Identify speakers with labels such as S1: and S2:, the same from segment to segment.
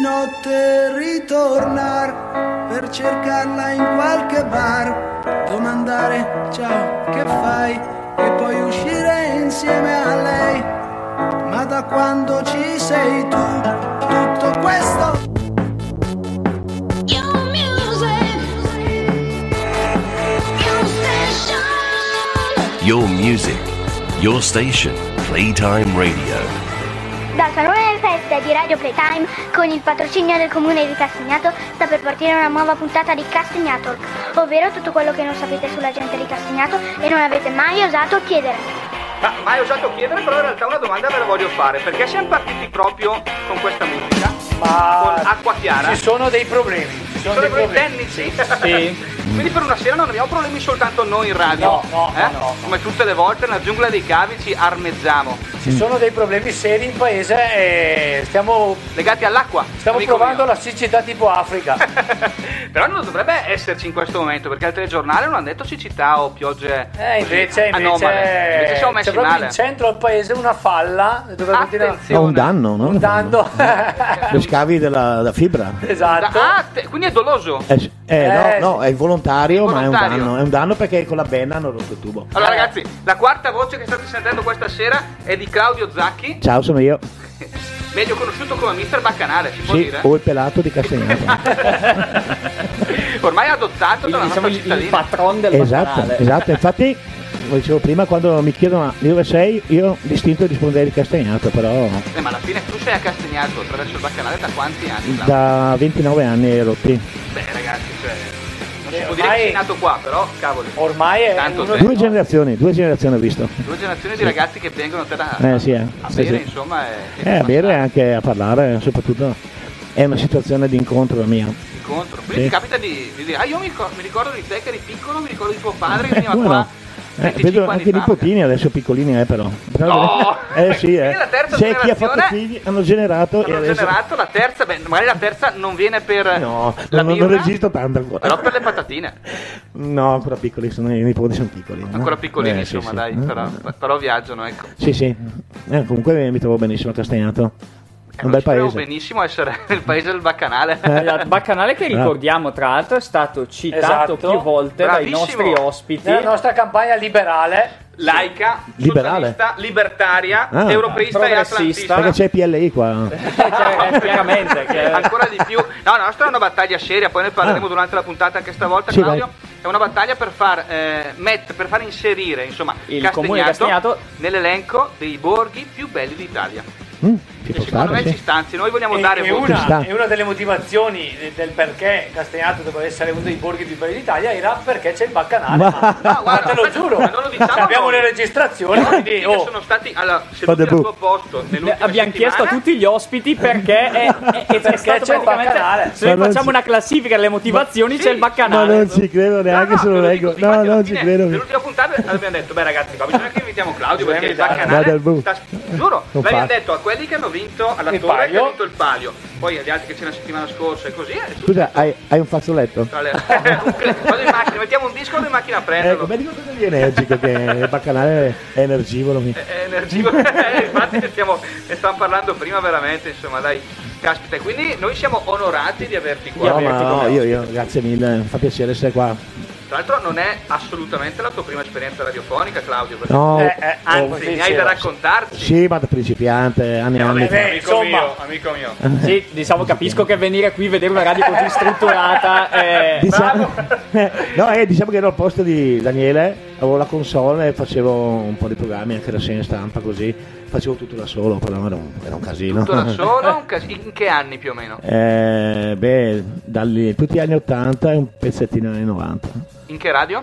S1: notte ritornar per cercarla in qualche bar, domandare ciao che fai e poi uscire insieme a lei. Ma da quando ci sei tu, tutto questo...
S2: Your music, your station,
S3: Your music, your station, Playtime Radio.
S4: Da Salone Feste di Radio Playtime, con il patrocinio del comune di Castagnato, sta per partire una nuova puntata di Castagnato, ovvero tutto quello che non sapete sulla gente di Castagnato e non avete mai osato chiedere.
S5: Ma mai osato chiedere, però in realtà una domanda ve la voglio fare, perché siamo partiti proprio con questa musica?
S6: Ma
S5: Con acqua chiara?
S6: ci sono dei problemi. Ci sono
S5: Sono
S6: dei
S5: problemi
S6: problemi.
S5: tecnici?
S6: Sì.
S5: Quindi per una sera non abbiamo problemi soltanto noi in radio.
S6: No, no,
S5: eh?
S6: no, no.
S5: Come tutte le volte nella giungla dei cavi ci armeggiamo.
S6: Ci sono dei problemi seri in paese e stiamo,
S5: Legati all'acqua.
S6: stiamo
S5: amico
S6: provando
S5: mio.
S6: la siccità tipo Africa.
S5: Però non dovrebbe esserci in questo momento, perché al telegiornale non hanno detto siccità o piogge
S6: Eh,
S5: così
S6: invece,
S5: anomale.
S6: invece,
S5: Invece siamo
S6: c'è
S5: messi
S6: proprio
S5: male.
S6: in centro al paese una falla dove continua
S5: Attenzione.
S7: No, un danno, no?
S6: un danno.
S7: Lo scavi della, della fibra.
S5: Da-
S6: esatto.
S5: ah, te- quindi è doloso.
S7: Eh, eh,
S6: Eh,
S7: no, no, è involontario, ma è un
S5: Involontario.
S7: danno. È un danno perché con la benda hanno rotto il tubo.
S5: Allora ragazzi, la quarta voce che state sentendo questa sera è di Claudio Zacchi,
S7: Ciao, sono io.
S5: meglio conosciuto come Mister Baccanale, si può
S7: Sì,
S5: dire?
S7: o il pelato di Castagnato.
S5: Ormai adottato dalla
S7: diciamo
S5: nostra cittadina.
S8: patron del
S7: esatto, esatto. Infatti, come dicevo prima, quando mi chiedono "Ma di dove sei, io distinto risponderei di Castagnato, però
S5: Eh, ma alla fine tu sei a Castagnato attraverso il Baccanale da quanti anni? Claudio?
S7: da 29 anni ero qui.
S5: Beh ragazzi, cioè, non si può dire
S6: Beh,
S5: che
S6: Eh, ormai-
S5: sei nato qua, però cavoli.
S6: Ormai è
S5: Tanto
S6: uno
S5: tempo.
S7: Due generazioni, due generazioni ho visto.
S5: Due generazioni di ragazzi che vengono te da,
S7: Eh, sì, eh.
S5: a
S7: Sì,
S5: bere,
S7: sì.
S5: insomma. È, è
S7: Eh, a bere e
S5: abbastanza
S7: anche a parlare, soprattutto è una situazione di incontro la mia.
S5: incontro. Quindi ti
S7: eh. Sì.
S5: capita di, di dire, ah io mi, ricor- mi ricordo di te che eri piccolo, mi ricordo di tuo padre che
S7: Eh,
S5: veniva
S7: come
S5: qua.
S7: no? Eh,
S5: 25
S7: vedo
S5: anni
S7: anche i
S5: fa,
S7: nipotini adesso piccolini, eh, però. Però-
S5: No!
S7: eh sì, eh.
S5: Quindi la terza
S7: C'è chi ha
S5: generazione-
S7: fatto figli, hanno generato e
S5: Hanno
S7: adesso-
S5: generato la terza, beh, magari la terza non viene per
S7: No,
S5: la
S7: non, non
S5: birra,
S7: registro tanto ancora.
S5: però per le patatine.
S7: No, ancora piccoli, sono, i nipoti sono piccoli. no?
S5: Ancora piccolini,
S7: Eh, sì,
S5: insomma,
S7: sì.
S5: dai, però, però viaggiano, ecco.
S7: Sì, sì. Eh, comunque mi trovo benissimo a Castagnato. È
S5: Eh,
S7: un
S5: non
S7: bel
S5: ci troviamo
S7: paese. Eh,
S5: benissimo essere nel paese del baccanale.
S8: Il Baccanale che ricordiamo tra l'altro è stato citato
S6: Esatto.
S8: più volte
S5: Bravissimo.
S8: dai nostri ospiti.
S6: Nella nostra campagna liberale
S5: Laica,
S7: Liberale.
S5: socialista, libertaria,
S7: Ah.
S5: europeista e
S8: Progressista.
S5: atlantista.
S7: Perché c'è PLI qua.
S8: Cioè, eh, chiaramente che
S5: ancora di più. No, la nostra è una battaglia seria, poi ne parleremo durante la puntata anche stavolta,
S7: Ah. Sì,
S5: Claudio.
S7: vai.
S5: È una battaglia per far, eh, met- per far inserire insomma,
S8: Il comune di Castagnato.
S5: nell'elenco dei borghi più belli d'Italia.
S7: Mm,
S5: Che
S7: ci può
S5: secondo
S7: stare,
S5: me ci
S7: sì.
S5: stanzi, noi vogliamo
S6: è,
S5: dare
S6: è
S5: voti.
S7: Ci
S6: una,
S7: sta.
S6: è Ah, una delle motivazioni de- del perché Castagnato doveva essere uno dei borghi più belli d'Italia era perché c'è il baccanale.
S7: Ma-
S6: Ma,
S5: No, Ah, guarda,
S6: te lo giuro, Cioè,
S5: ma non lo diciamo
S6: abbiamo
S5: noi.
S6: le registrazioni,
S5: Tutti
S6: quindi
S5: che
S6: oh,
S5: sono stati alla, seduti
S7: Fate
S5: al
S7: bu.
S5: tuo posto nell'ultima
S8: abbiamo chiesto a
S5: settimana.
S8: tutti gli ospiti perché è, è- è
S6: Perché
S8: stato
S6: c'è il
S8: praticamente-
S6: Baccanale.
S8: Se noi
S7: Ma non
S8: facciamo
S7: ci-
S8: una classifica delle motivazioni
S5: Sì.
S8: c'è il
S7: Ma
S8: Baccanale.
S7: non ci credo neanche se lo
S5: te lo
S7: leggo.
S5: dico,
S7: No,
S5: infatti alla
S7: non ci
S5: fine,
S7: credo.
S5: Nell'ultima puntata abbiamo detto, beh ragazzi, qua bisogna che invitiamo Claudio perché il
S6: Bisogna invitarlo.
S5: baccanale
S7: Vado al bu.
S5: sta... Giuro,
S7: Non
S5: l'abbiamo
S7: fa.
S5: detto a quelli che hanno vinto alla
S6: Il
S5: torre che
S6: palio.
S5: hanno vinto il palio, poi agli altri che c'era la settimana scorsa e così. e tu-
S7: Scusa, hai, hai un fazzoletto?
S5: tra le- un cl- vado in macchina, mettiamo un disco vado in macchina a
S7: Eh,
S5: prenderlo.
S7: come dico cosa viene energico che il baccanale è energivoro. mi-
S5: È energico, Eh, infatti ne, stiamo, ne stavamo parlando prima veramente, insomma dai, caspita, quindi noi siamo onorati di averti qua.
S7: No, ma
S5: Averti
S7: no,
S5: come
S7: io,
S5: ospite.
S7: io, grazie mille, fa piacere essere qua.
S5: Tra l'altro non è assolutamente la tua prima esperienza radiofonica Claudio, perché
S7: No,
S6: eh, eh,
S5: anzi
S6: sì,
S5: ne hai
S6: sì,
S5: da
S6: sì.
S5: raccontarci.
S7: sì, ma da principiante, anni e anni.
S5: Eh, Vabbè,
S7: fa.
S6: beh,
S5: amico
S6: insomma.
S5: mio, amico mio.
S8: Sì, diciamo capisco che venire qui a vedere una radio così strutturata eh. è...
S7: Diciamo, no, eh, diciamo che ero al posto di Daniele, avevo la console e facevo un po' di programmi anche da segna stampa così, facevo tutto da solo, però era un, era un casino.
S5: Tutto da solo? Un cas- in che anni più o meno?
S7: Eh, beh, dagli, tutti gli anni 80 e un pezzettino anni 90.
S5: In che radio?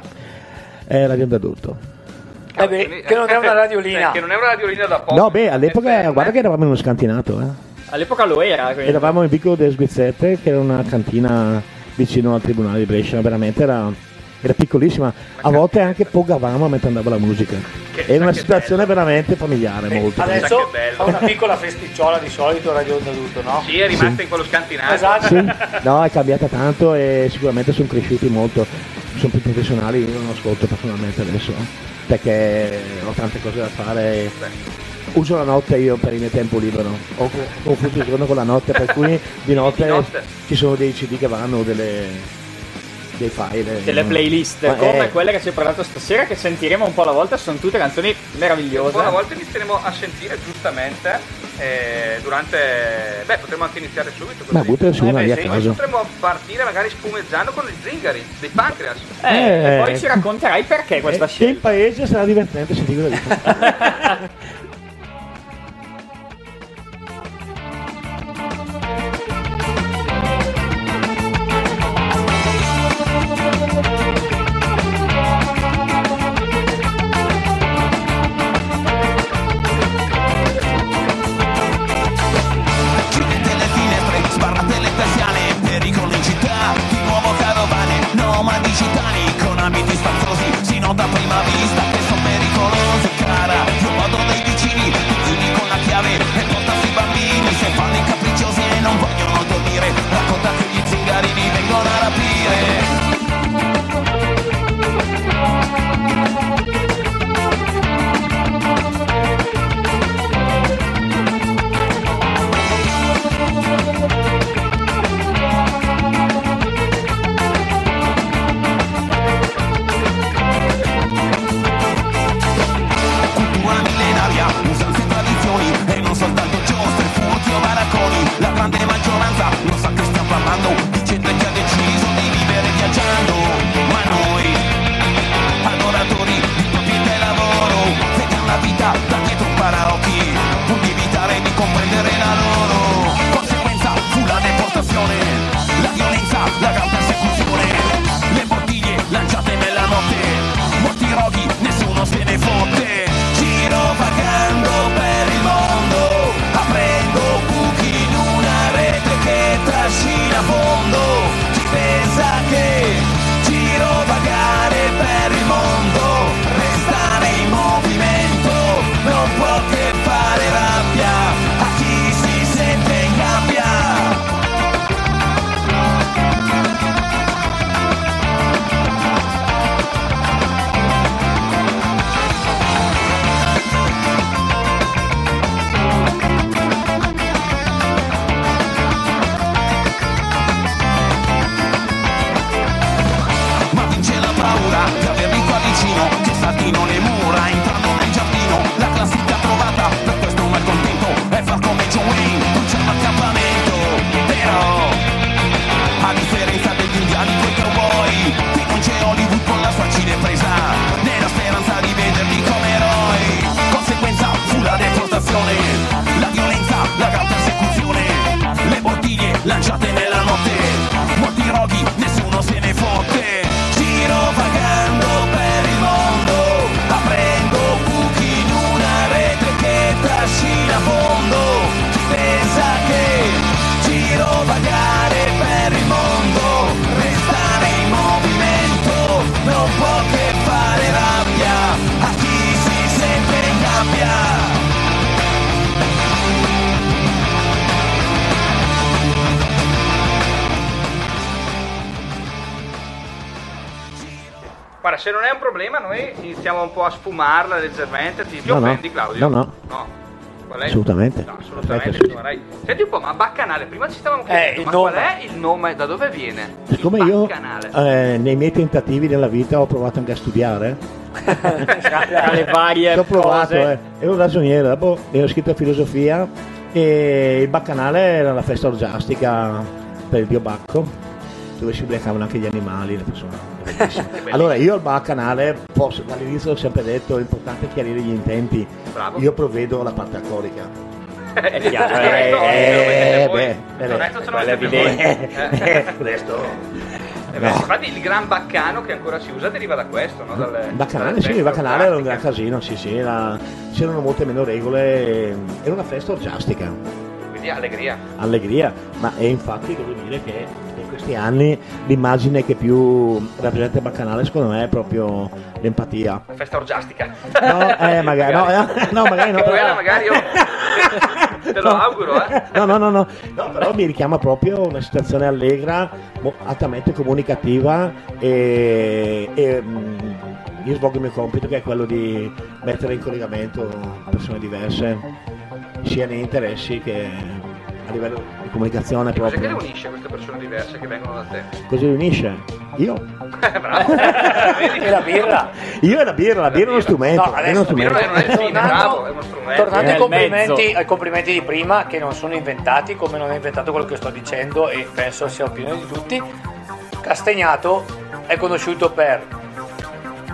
S7: Eh, Radio Andadurto.
S6: eh beh, che non è una radiolina.
S5: Eh, che non è una radiolina da poco. Eh,
S7: No, beh, all'epoca,
S5: FM.
S7: guarda che eravamo in uno scantinato, eh.
S8: All'epoca lo era, quindi.
S7: Eravamo in Vicolo delle Sguizzette, che era una cantina vicino al Tribunale di Brescia, veramente era, era piccolissima. A volte anche pogavamo mentre andava la musica.
S5: Che-
S7: Era una
S5: che
S7: situazione veramente familiare, molto.
S5: Chissà
S6: Adesso
S5: che bello.
S6: fa una piccola festicciola di solito Radio Onda Adulto, no?
S5: Sì, è rimasta in quello scantinato.
S6: Esatto.
S7: Sì, no, è cambiata tanto e sicuramente sono cresciuti molto, sono più professionali, io non ascolto personalmente adesso, perché ho tante cose da fare.
S5: Beh,
S7: uso la notte io per il mio tempo libero. Ho co- confuso il giorno con la notte, per cui di notte,
S5: Di notte.
S7: ci sono dei CD che vanno, delle dei file.
S8: delle
S7: no?
S8: playlist
S7: Ma,
S8: come
S7: eh,
S8: quelle che ci hai parlato stasera che sentiremo un po' alla volta sono tutte canzoni meravigliose
S5: Una volta inizieremo a sentire giustamente eh, durante... Beh, potremmo anche iniziare subito. così.
S7: Ma buttane su
S8: Eh,
S7: una
S8: beh,
S7: via a
S8: sì,
S7: caso.
S5: Potremmo partire magari spumeggiando con gli zingari, dei pancreas.
S8: Eh,
S7: Eh.
S8: e poi ci racconterai perché questa
S7: Eh, che il
S8: scelta
S7: paese sarà divertente se dico la verità.
S9: Chiudete le finestre, sbarrate le persiane Pericolo in città, di nuovo carovane Nomadi digitali con abiti spazzosi Si nota a prima vista che sono pericolosi Cara, io vado dai vicini Tu chiudi con la chiave e portati i bambini Se fanno i capricciosi e non vogliono dormire Racconta che gli zingarini vengono a rapire cultura millenaria, usanze e tradizioni e non soltanto giostre, furti o baracconi. La grande maggioranza non sa che stiamo parlando di gente che ha deciso di vivere viaggiando. Ma noi, adoratori di proprietà e lavoro, vediamo la vita da dietro un paraocchi, pur di evitare di comprendere la loro. Conseguenza fu la deportazione, la violenza, la gran persecuzione, le bottiglie lanciate nella notte. Molti roghi, nessuno se ne fotte Giro vagando per il mondo Aprendo buchi in una rete che trascina a fondo Chi pensa che giro vagare per il mondo Restare in movimento Non può che fare rabbia A chi si sente in gabbia ma vince la paura di averli qua vicino che saltino le mura entrando nel giardino la classifica trovata per questo malcontento è far come John Wayne bruciare l'accampamento però a differenza degli indiani coi cowboy qui non c'è Hollywood con la sua cinepresa nella speranza di vederli come eroi conseguenza fu la deportazione la violenza la gran persecuzione le bottiglie lanciate nella notte molti roghi nessuno se ne fotte giro vagando per il mondo aprendo buchi in una rete che trascina a fondo chi pensa che Giro vagare per il mondo, restare in movimento, non può che fare rabbia a chi si sente in gabbia.
S5: Guarda, se non è un problema, noi iniziamo un po' a sfumarla leggermente. Ti, ti
S7: No, no.
S5: offendi, Claudio?
S7: No, no.
S5: Qual è?
S7: Assolutamente.
S5: No, assolutamente.
S7: Perfetto.
S5: guarda. Senti un po', ma Baccanale, prima ci stavamo
S6: Eh,
S5: chiedendo,
S6: il
S5: ma
S6: nome.
S5: qual è il nome, da dove viene?
S7: Siccome
S5: il
S7: io
S5: Baccanale.
S7: eh, nei miei tentativi nella vita ho provato anche a studiare,
S8: tra le varie
S7: ci ho provato,
S8: cose
S7: eh. ero ragioniere, dopo ho scritto filosofia e il baccanale era la festa orgiastica per il biobacco dove si beccavano anche gli animali, le persone. Bellissimo. allora io al baccanale, posso, dall'inizio ho sempre detto, è importante chiarire gli intenti,
S5: Bravo.
S7: io provvedo la parte alcolica.
S8: è chiaro
S5: Il
S8: eh,
S5: resto ce lo mettete voi.
S7: eh, beh,
S5: Il resto ce lo
S8: quella è
S5: mettete voi.
S7: evidente.
S5: Eh.
S7: Eh, questo...
S5: Eh beh,
S7: no.
S5: Infatti il gran baccano che ancora si usa deriva da questo, no? Dalle,
S7: Baccanale,
S5: dalle
S7: sì,
S5: feste
S7: Baccanale era un gran
S5: orgiastiche.
S7: casino, sì, sì, era- c'erano molte meno regole, ehm, era una festa orgiastica,
S5: Quindi allegria.
S7: allegria, ma e infatti devo dire che in questi anni l'immagine che più rappresenta il Baccanale secondo me è proprio l'empatia.
S5: Una festa orgiastica.
S7: No, eh, magari, no, eh, no, magari no.
S5: Che
S7: però-
S5: quella magari io- te lo
S7: No.
S5: auguro, eh.
S7: No, no, no, no, No, però mi richiama proprio una situazione allegra, mo- altamente comunicativa e, e, mm, io svolgo il mio compito che è quello di mettere in collegamento persone diverse, sia nei interessi che a livello di comunicazione
S5: Cos'è Cioè, che le
S7: proprio.
S5: unisce queste persone diverse che vengono da te?
S7: Così li unisce? Io?
S5: Bravo.
S6: e la birra
S7: Io e la birra, la birra è uno strumento.
S6: No,
S7: è uno
S6: adesso
S7: strumento.
S5: Però non è il fine, bravo, è uno strumento.
S6: tornando
S8: È
S6: ai
S8: il
S6: complimenti,
S8: mezzo.
S6: ai complimenti di prima che non sono inventati come non è inventato quello che sto dicendo e penso sia opinione di tutti Castagnato è conosciuto per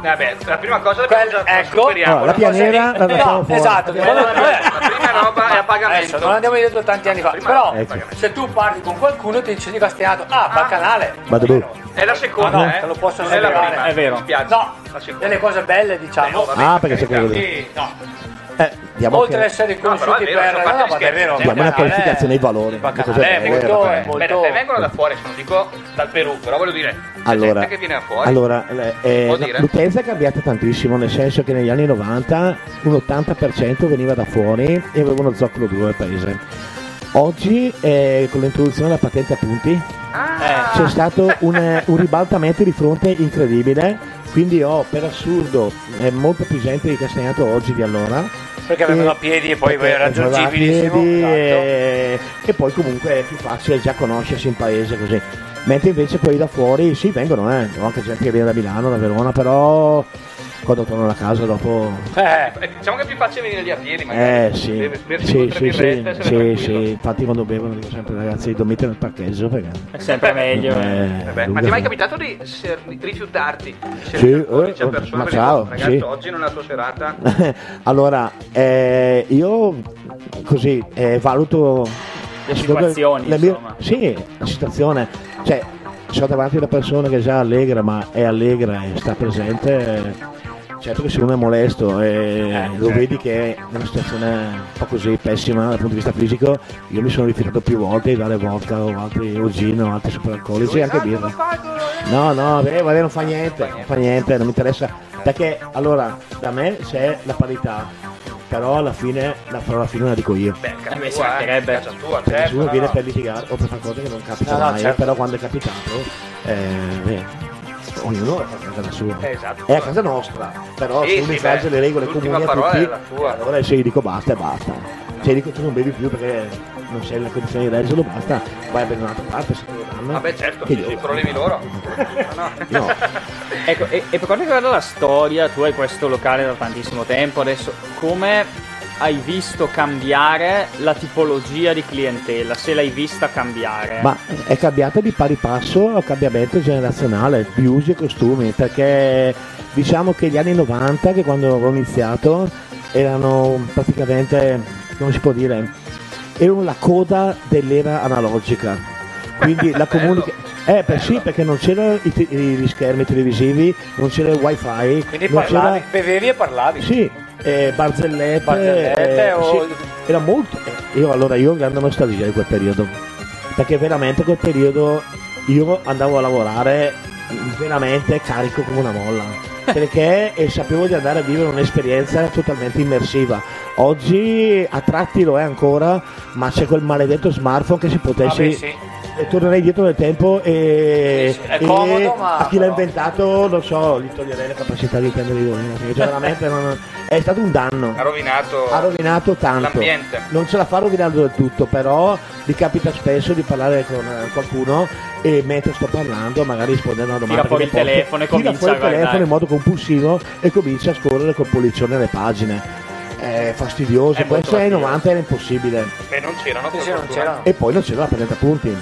S5: Vabbè, Eh, la prima cosa
S6: Quel-
S5: l'abbiamo già la
S6: ecco.
S5: superiamo.
S7: No, la pianera la lasciamo
S6: no,
S7: fuori.
S6: esatto che-
S5: Eh, vabbè, la prima roba è a pagamento.
S6: adesso non andiamo indietro tanti anni fa
S5: Prima
S6: però
S5: è a
S7: Ecco.
S5: pagamento.
S6: se tu parli con qualcuno ti dice di Castagnato ah Baccanale
S7: Vado bene.
S5: È la seconda,
S6: Ah, no,
S5: eh.
S6: te lo posso
S5: è la
S6: assicurare.
S5: prima,
S8: È vero.
S5: Mi spiace.
S6: no
S5: la seconda.
S6: delle cose belle diciamo
S8: oh,
S5: Eh, no,
S7: Ah, perché c'è quello lì.
S6: Sì, no.
S7: Eh, diamo
S6: oltre ad
S7: anche-
S6: essere riconosciuti
S5: No, però è vero,
S6: per
S5: sono
S6: no,
S5: fatti
S6: vabbè, è
S5: gli scherzi.
S6: vero,
S7: Diamo una
S6: Baccanale-
S7: qualificazione ai valori,
S6: il
S7: le
S6: Baccanale
S7: cose
S6: è
S7: belle,
S6: eh, molto,
S7: vabbè.
S6: è molto-
S5: Bene, se vengono da fuori, non dico dal Perù, però voglio dire, c'è gente
S7: Allora,
S5: che viene da fuori.
S7: allora, eh, eh,
S5: Può dire?
S7: l'utenza è cambiata tantissimo, nel senso che negli anni 90 un 80% veniva da fuori e aveva uno zoccolo duro al paese. Oggi, eh, con l'introduzione della patente a punti,
S5: Ah,
S7: c'è stato un, un ribaltamento di fronte incredibile, quindi ho per assurdo eh, molta più gente di Castagnato oggi di allora.
S6: Perché vengono a piedi e poi vai
S7: perché
S6: raggiungibilissimo,
S7: vengono a piedi
S6: esatto.
S7: e, e poi comunque è più facile già conoscersi in paese così. Mentre invece quelli da fuori sì vengono, eh. Ho anche gente che viene da Milano, da Verona, però quando tornano a casa dopo.
S6: Eh,
S5: eh, diciamo che è più facile venire lì a piedi, magari.
S7: Eh sì,
S5: Deve bersi
S7: sì,
S5: due, tre
S7: sì, sì,
S5: birrette, essere
S7: sì, Eh,
S5: tranquillo.
S7: sì. infatti quando bevono dico sempre ragazzi dormite nel parcheggio perché
S8: È sempre meglio. eh.
S7: eh,
S5: Vabbè, ma
S7: lunga-
S5: ti è mai capitato di ser- di rifiutarti? Se
S7: Sì,
S5: incontri
S7: eh,
S5: certe persone
S7: ma
S5: che
S7: ciao,
S5: dicono, Ragazzi,
S7: sì.
S5: oggi non è la tua serata.
S7: allora, eh, io così eh, valuto
S8: Le situazioni, insomma.
S7: Sì, la situazione. Cioè, se ho davanti una persona che è già allegra, ma è allegra e sta presente, eh, certo che se uno è molesto e lo vedi che è in una situazione un po' così pessima dal punto di vista fisico, io mi sono rifiutato più volte di dare vodka o altri o gin o altri superalcolici e anche birra. No, no, eh, vabbè, non fa niente, non fa niente, non mi interessa. Perché allora, da me c'è la parità, però alla fine la parola fine la dico io.
S5: Beh, cazzo
S8: Eh, beh, si
S5: tua, eh,
S8: mancherebbe.
S5: cazzo tua,
S7: Perché
S5: certo,
S7: nessuno
S5: no,
S7: viene
S5: no.
S7: per litigare o per fare cose che non capitano
S6: No, no,
S7: mai,
S6: certo.
S7: però quando è capitato, eh, beh, ognuno è a casa la sua.
S5: Eh, esatto.
S7: È a casa nostra, però
S5: Sì,
S7: se uno
S5: sì,
S7: infrange
S5: beh,
S7: le regole
S5: l'ultima
S7: comuni a
S5: parola
S7: tutti,
S5: è la tua.
S7: allora se io dico basta e basta. Se dico tu non bevi più perché non sei nella condizione di reggerlo, basta, vai a bere un'altra parte se te lo danno.
S5: Vabbè, certo,
S7: E
S5: sì,
S7: io-
S5: sì, problemi loro. No, no.
S7: No. Eh.
S8: Ecco, e, e per quanto riguarda la storia, tu hai questo locale da tantissimo tempo, adesso come hai visto cambiare la tipologia di clientela, se l'hai vista
S6: Eh.
S8: cambiare?
S7: Ma è cambiata di pari passo al cambiamento generazionale di usi e costumi, perché diciamo che gli anni 90, che quando ho iniziato, erano praticamente, come si può dire, erano la coda dell'era analogica. Quindi la comunica... Eh, per sì, perché non c'erano i te- gli schermi televisivi, non c'era il wifi,
S6: quindi
S7: non c'era...
S6: parlavi, bevevi e parlavi.
S7: Sì, eh, barzellette,
S6: Barzellette
S7: eh,
S6: o-
S7: sì. era molto. eh, Io allora io ho grande nostalgia di quel periodo. Perché veramente quel periodo io andavo a lavorare veramente carico come una molla. Perché eh, sapevo di andare a vivere un'esperienza totalmente immersiva. Oggi a tratti lo è ancora, ma c'è quel maledetto smartphone che si
S6: Ah,
S7: potessi
S6: beh, sì.
S7: e tornerei dietro nel tempo e,
S6: Sì, sì, è
S7: e
S6: comodo, ma
S7: a chi l'ha
S6: però-
S7: inventato non so gli toglierei la capacità di prendere i voli perché cioè, veramente non- è stato un danno
S5: Ha rovinato.
S7: ha rovinato tanto
S5: l'ambiente.
S7: non ce la fa rovinando del tutto però mi capita spesso di parlare con eh, qualcuno e mentre sto parlando magari rispondendo a una domanda
S8: Tira fuori
S7: che mi
S8: il
S7: porto,
S8: telefono e
S7: tira
S8: comincia
S7: fuori il
S8: a guardare.
S7: telefono in modo compulsivo e comincia a scorrere col pollicione le pagine è fastidioso
S8: È molto
S7: questo ai
S8: fastidioso.
S7: 90 era impossibile
S5: Beh, non c'erano,
S6: Sì,
S5: per
S6: sì, non
S5: fortuna.
S6: c'era.
S7: e poi non c'era la prendita punti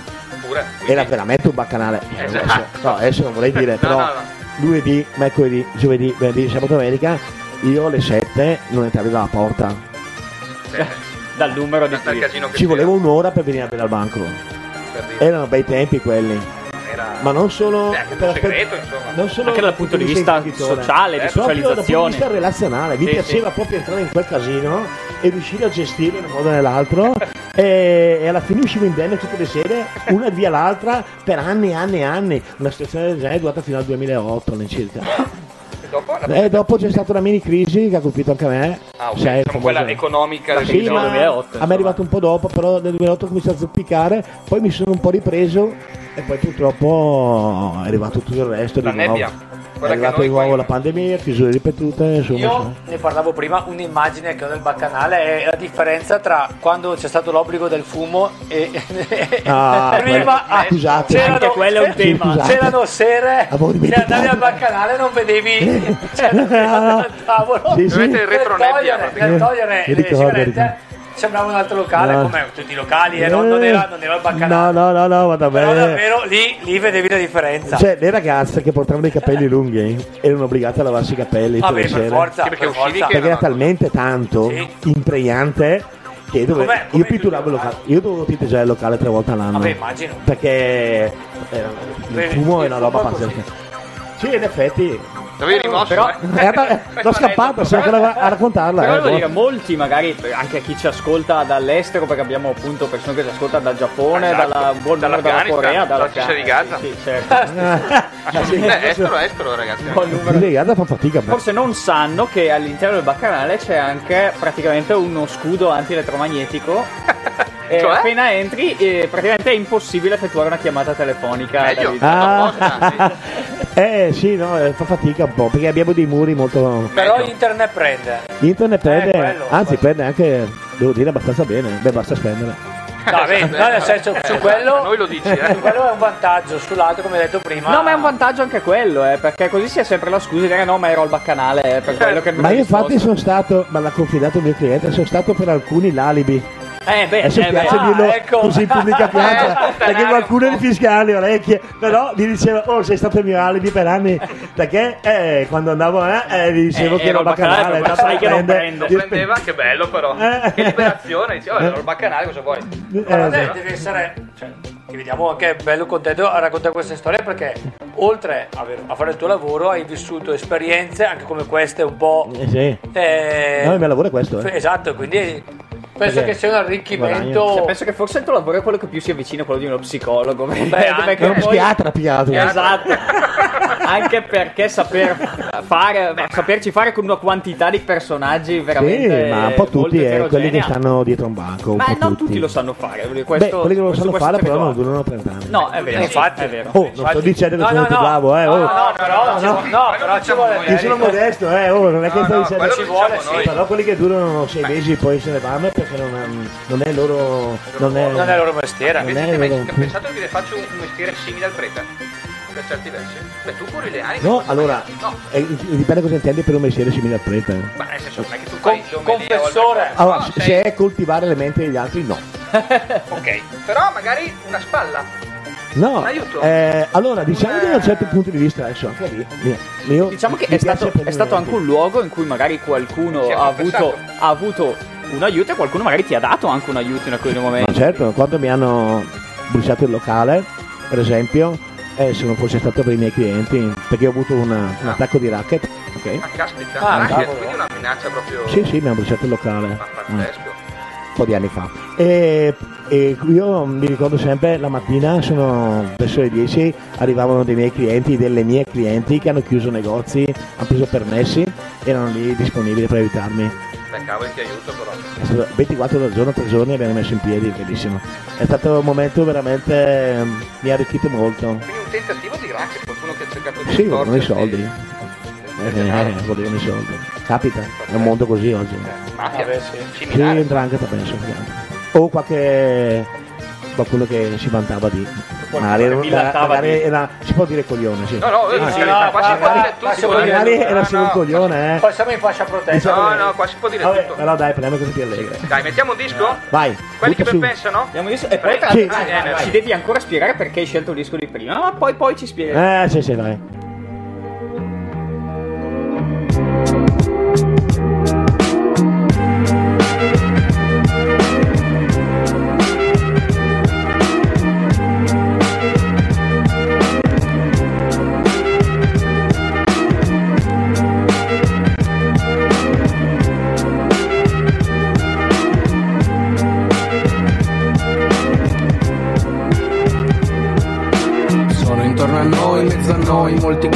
S5: Pure, quindi- eh,
S7: era veramente un baccanale
S5: Esatto.
S7: adesso, no, adesso non vorrei dire
S5: No,
S7: però
S5: no, no.
S7: lunedì, mercoledì, giovedì, venerdì, sabato, domenica io alle 7 non entravo dalla porta
S8: Dal numero di
S5: Dal- dal
S8: clienti.
S5: casino che
S7: ci
S5: c'era,
S7: voleva un'ora per venire a bere al banco
S5: per dire.
S7: erano bei tempi quelli
S5: Era-
S7: ma non solo
S5: Beh, anche un
S7: per aspe-
S5: segreto, insomma.
S7: non solo
S8: Anche dal punto di vista
S7: imprenditore.
S8: sociale, di
S5: Eh,
S7: proprio dal punto di vista
S8: socializzazione.
S7: relazionale mi
S8: Sì,
S7: piaceva proprio entrare in quel casino e riuscire a gestire in un modo o nell'altro e, e alla fine uscivo indenne tutte le sere una via l'altra per anni e anni e anni una situazione del genere è durata fino al 2008 all'incirca
S5: E dopo la-
S7: e Eh, dopo c'è stata una mini crisi che ha colpito anche me Cioè,
S5: Ah, ok,
S7: Sai,
S5: diciamo
S7: famosa-
S5: quella economica del
S7: sì,
S5: video.
S7: ma
S8: 2008,
S7: a me
S8: insomma.
S7: è arrivato un po' dopo, però nel 2008 ho cominciato a zoppicare, poi mi sono un po' ripreso e poi purtroppo è arrivato tutto il resto
S5: La
S7: di nuovo.
S5: nebbia.
S7: È arrivata di nuovo la pandemia, chiusure ripetute, insomma.
S6: Io
S7: insomma.
S6: ne parlavo prima, un'immagine che ho del baccanale è la differenza tra quando c'è stato l'obbligo del fumo e
S7: Ah,
S6: prima
S7: quello- scusate.
S8: Anche quello è un
S7: Sì,
S8: tema.
S7: scusate.
S6: c'erano sere
S7: Avevo
S6: che
S7: dimenticato. Eh. Ah,
S6: andavi al baccanale e non vedevi cioè, non vedevi al tavolo
S7: Sì, sì.
S5: Dovete- Il
S6: per
S5: retro nebbia,
S6: togliere,
S5: praticamente.
S6: per togliere
S7: Mi
S6: le
S7: ricordo,
S6: sigarette sembrava un altro locale
S7: No.
S6: come tutti i locali eh, non, non era, non era il baccanale
S7: No, no, no, no, vada
S6: però
S7: bene.
S6: davvero lì, lì vedevi la differenza
S7: Cioè, le ragazze che portavano i capelli lunghi erano obbligate a lavarsi i capelli tutte
S6: vabbè per
S7: le sere.
S6: forza
S5: Sì, perché
S6: per
S5: uscivi
S6: forza.
S5: che-
S7: perché era
S5: erano-
S7: talmente tanto
S6: Sì.
S7: impregnante che dove-
S6: Com'è- com'è
S7: io pitturavo il
S6: tutto?
S7: locale io dovevo tinteggiare il locale tre volte all'anno
S6: Vabbè, immagino.
S7: perché era- il
S6: Beh,
S7: fumo è
S6: il
S7: una roba
S6: fumo è così. Cioè,
S7: pazzesca sì in effetti
S5: Dovevi rimosso.
S8: però-
S5: eh.
S7: Eh, vabbè, l'ho scappata sono ancora a raccontarla
S8: Però
S7: eh,
S8: devo
S7: boh.
S8: dire, molti magari, anche a chi ci ascolta dall'estero, perché abbiamo appunto persone che ci ascoltano dal Giappone,
S5: Esatto.
S8: dalla, buon numero dalla
S5: Dall'Afghanistan,
S8: Corea, dalla
S5: dalla Striscia di Gaza.
S8: Sì, sì, certo.
S7: Ma Ah, sì,
S5: Eh, estero,
S7: forse-
S5: estero, ragazzi.
S8: Buon numero.
S7: Sì, guarda, fa fatica ma-
S8: Forse non sanno che all'interno del baccanale c'è anche praticamente uno scudo antielettromagnetico. E
S5: Cioè?
S8: appena entri, eh, praticamente è impossibile effettuare una chiamata telefonica.
S5: Meglio.
S8: da lì.
S7: Ah.
S5: apposta,
S7: eh sì no eh, fa fatica un po' perché abbiamo dei muri molto
S6: però internet prende
S7: internet prende
S6: Eh, quello,
S7: anzi
S6: quello.
S7: prende anche devo dire abbastanza bene beh basta spendere
S6: no, vedi, no, nel senso su quello
S5: A noi lo dici, eh.
S6: su quello è un vantaggio sull'altro come hai detto prima
S8: No, ma è un vantaggio anche quello, eh, perché così si ha sempre la scusa di dire no, ma ero al baccanale, eh,
S5: Cioè,
S8: per quello che mi
S7: ma
S8: hanno
S7: io infatti
S8: risposto.
S7: sono stato ma l'ha confidato il mio cliente sono stato per alcuni l'alibi
S8: Eh, beh,
S7: Adesso
S8: eh, beh.
S7: piace
S6: ah,
S7: dirlo
S6: ecco.
S7: così in pubblica piazza
S5: Eh,
S7: perché
S5: puttanaio,
S7: qualcuno
S5: un
S7: gli
S5: po'.
S7: fischiava le orecchie. Però gli diceva, oh, sei stato il mio alibi per anni. Perché eh, quando andavo, eh, eh, gli dicevo
S8: Eh,
S7: che ero
S8: ero il
S7: baccanale.
S8: baccanale, ma
S7: tanto
S8: sai che non
S5: Lo
S8: prendo.
S5: prendeva, che bello però.
S7: Eh.
S5: Che liberazione. Dice, oh, il baccanale cosa vuoi?
S6: Guarda,
S7: Eh,
S6: deve- deve essere. Cioè, ti vediamo anche bello contento a raccontare questa storia perché oltre a, aver- a fare il tuo lavoro hai vissuto esperienze anche come queste un po'.
S7: sì. Eh, sì.
S6: eh,
S7: No, il mio lavoro è questo, eh.
S6: Esatto, quindi penso
S7: Perché
S6: che sia un arricchimento.
S7: guadagno.
S8: Cioè, Penso che forse il tuo lavoro è quello che più si avvicina a quello di uno psicologo.
S6: Beh, anche-
S8: perché
S7: È uno
S8: poi-
S7: psichiatra più che altro.
S8: Esatto. anche perché saper fare, saperci fare con una quantità di personaggi
S7: Sì,
S8: veramente.
S7: ma un po'
S8: molto
S7: tutti, eh, quelli che
S8: eterogenea.
S7: stanno dietro un banco. un
S8: Ma
S7: po'
S8: non tutti lo sanno fare. voglio dire, Questo,
S7: Beh, quelli che lo
S8: questo-
S7: sanno
S8: questo
S7: fare,
S8: te lo
S7: però non
S8: do.
S7: durano 30 anni.
S8: No, è vero.
S6: Infatti.
S8: è vero.
S7: Oh, non sto dicendo che sono più bravo, eh.
S6: No,
S7: oh.
S6: no, no, però ci vu- no,
S5: quello
S6: però ci
S5: diciamo
S6: vuole.
S5: noi,
S7: Io sono modesto, eh, oh, non è che
S5: No,
S7: sto
S5: no,
S7: dicendo
S5: quello
S6: ci
S5: ci
S6: vuole,
S5: vuole,
S6: sì.
S5: noi.
S7: Però quelli che durano sei mesi poi se ne vanno perché non, non è il loro. Non è,
S6: Non è il loro mestiere.
S7: Non è
S5: Vedete,
S7: vero.
S6: eh,
S5: ma pensate che le faccio un mestiere simile al prete. Per certi versi. Beh, tu curi le anime.
S7: No,
S5: ma-
S7: allora,
S5: No,
S7: eh, dipende cosa intendi per un mestiere simile al prete. eh.
S5: ma nel senso, non è che tu
S6: Con-
S5: fai l'omelia
S6: confessore.
S5: o il-
S7: Allora,
S5: No,
S7: se-
S5: sei-
S7: se è coltivare le menti degli altri, no.
S5: Ok, però magari una spalla.
S7: No,
S5: Aiuto.
S7: eh, allora diciamo
S5: Una-
S7: che da un certo punto di vista adesso anche lì. mi- io-
S8: Diciamo che
S7: mi
S8: è stato,
S7: piace
S8: è stato anche
S7: prendere-
S8: un luogo in cui magari qualcuno
S5: Si è
S8: ha avuto,
S5: confessato.
S8: ha avuto un aiuto e qualcuno magari ti ha dato anche un aiuto in alcuni
S7: Ma
S8: momenti.
S7: certo, quando mi hanno bruciato il locale, per esempio, eh, se non fosse stato per i miei clienti, perché ho avuto una- un attacco di racket,
S5: Ah,
S7: ok?
S5: caspita.
S6: Ah,
S5: anche-
S6: cavolo.
S5: quindi una minaccia proprio...
S7: Sì, sì, mi hanno bruciato il locale.
S5: Ma
S7: Mm.
S5: Ah, pazzesco.
S7: un po' di anni fa. E, e io mi ricordo sempre la mattina, sono verso le 10, arrivavano dei miei clienti, delle mie clienti che hanno chiuso negozi, hanno preso permessi, erano lì disponibili per aiutarmi.
S5: Beh, cavolo, ti aiuto però.
S7: È stato 24 ore al giorno, 3 giorni abbiamo messo in piedi, bellissimo. È stato un momento veramente, ehm, mi ha arricchito molto.
S5: Quindi un tentativo di racket, qualcuno che ha cercato di...
S7: Sì, volevano i
S5: storcerti-
S7: soldi. Eh,
S5: del denaro.
S7: eh, volevano i soldi. Capita, è un mondo così oggi.
S5: Mafia,
S6: Vabbè, sì.
S7: Sì,
S5: similare.
S7: entra anche penso. O qualche qualcuno che si vantava di magari era,
S8: che millantava
S7: magari
S8: di-
S7: era- si può dire coglione, sì.
S5: No, no,
S6: sì,
S5: eh,
S6: no,
S5: ma qua si può
S6: qua-
S5: dire
S6: qua si
S5: tutto. eh.
S6: può dire-
S7: magari era
S5: No,
S7: solo un
S5: no.
S7: coglione, eh.
S6: Poi siamo in fascia protetta.
S5: No, no, qua si può dire
S7: Vabbè,
S5: tutto.
S7: però dai, prendiamo cose più allegre.
S5: Dai, mettiamo un disco?
S7: Vai.
S5: Quelli che
S7: butta
S5: ben
S7: su.
S5: pensano? eh,
S8: Abbiamo visto- Diciamo, E
S6: Eh,
S8: poi tra
S7: Sì.
S8: l'altro
S7: Vai,
S5: vai, vai.
S8: ci devi ancora spiegare perché hai scelto il disco di prima, ma poi, poi ci spieghi.
S7: Eh, sì, sì, dai.
S9: Sono intorno a noi, mezzo a noi, molti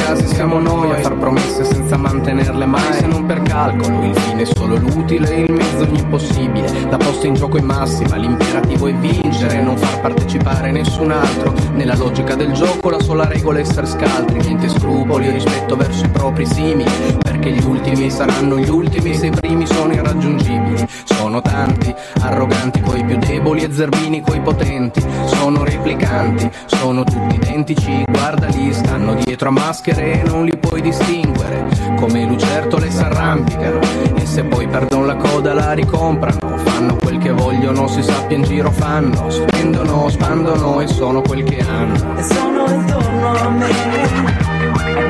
S5: possibile. La posta in gioco è massima, l'imperativo è vincere, non far partecipare nessun altro. Nella logica del gioco la sola regola è essere scaltri, niente scrupoli o rispetto verso i propri simili, perché gli ultimi saranno gli ultimi se i primi sono irraggiungibili. Sono tanti, arroganti coi più deboli e zerbini coi potenti, sono replicanti, sono tutti identici, guarda lì, stanno dietro a maschere e non li puoi distinguere, come lucertole s'arrampicano e se poi perdono la coda la ricomprano, fanno quel che vogliono, si sappia in giro fanno, spendono, spandono e sono quel che hanno.
S9: E sono intorno a me,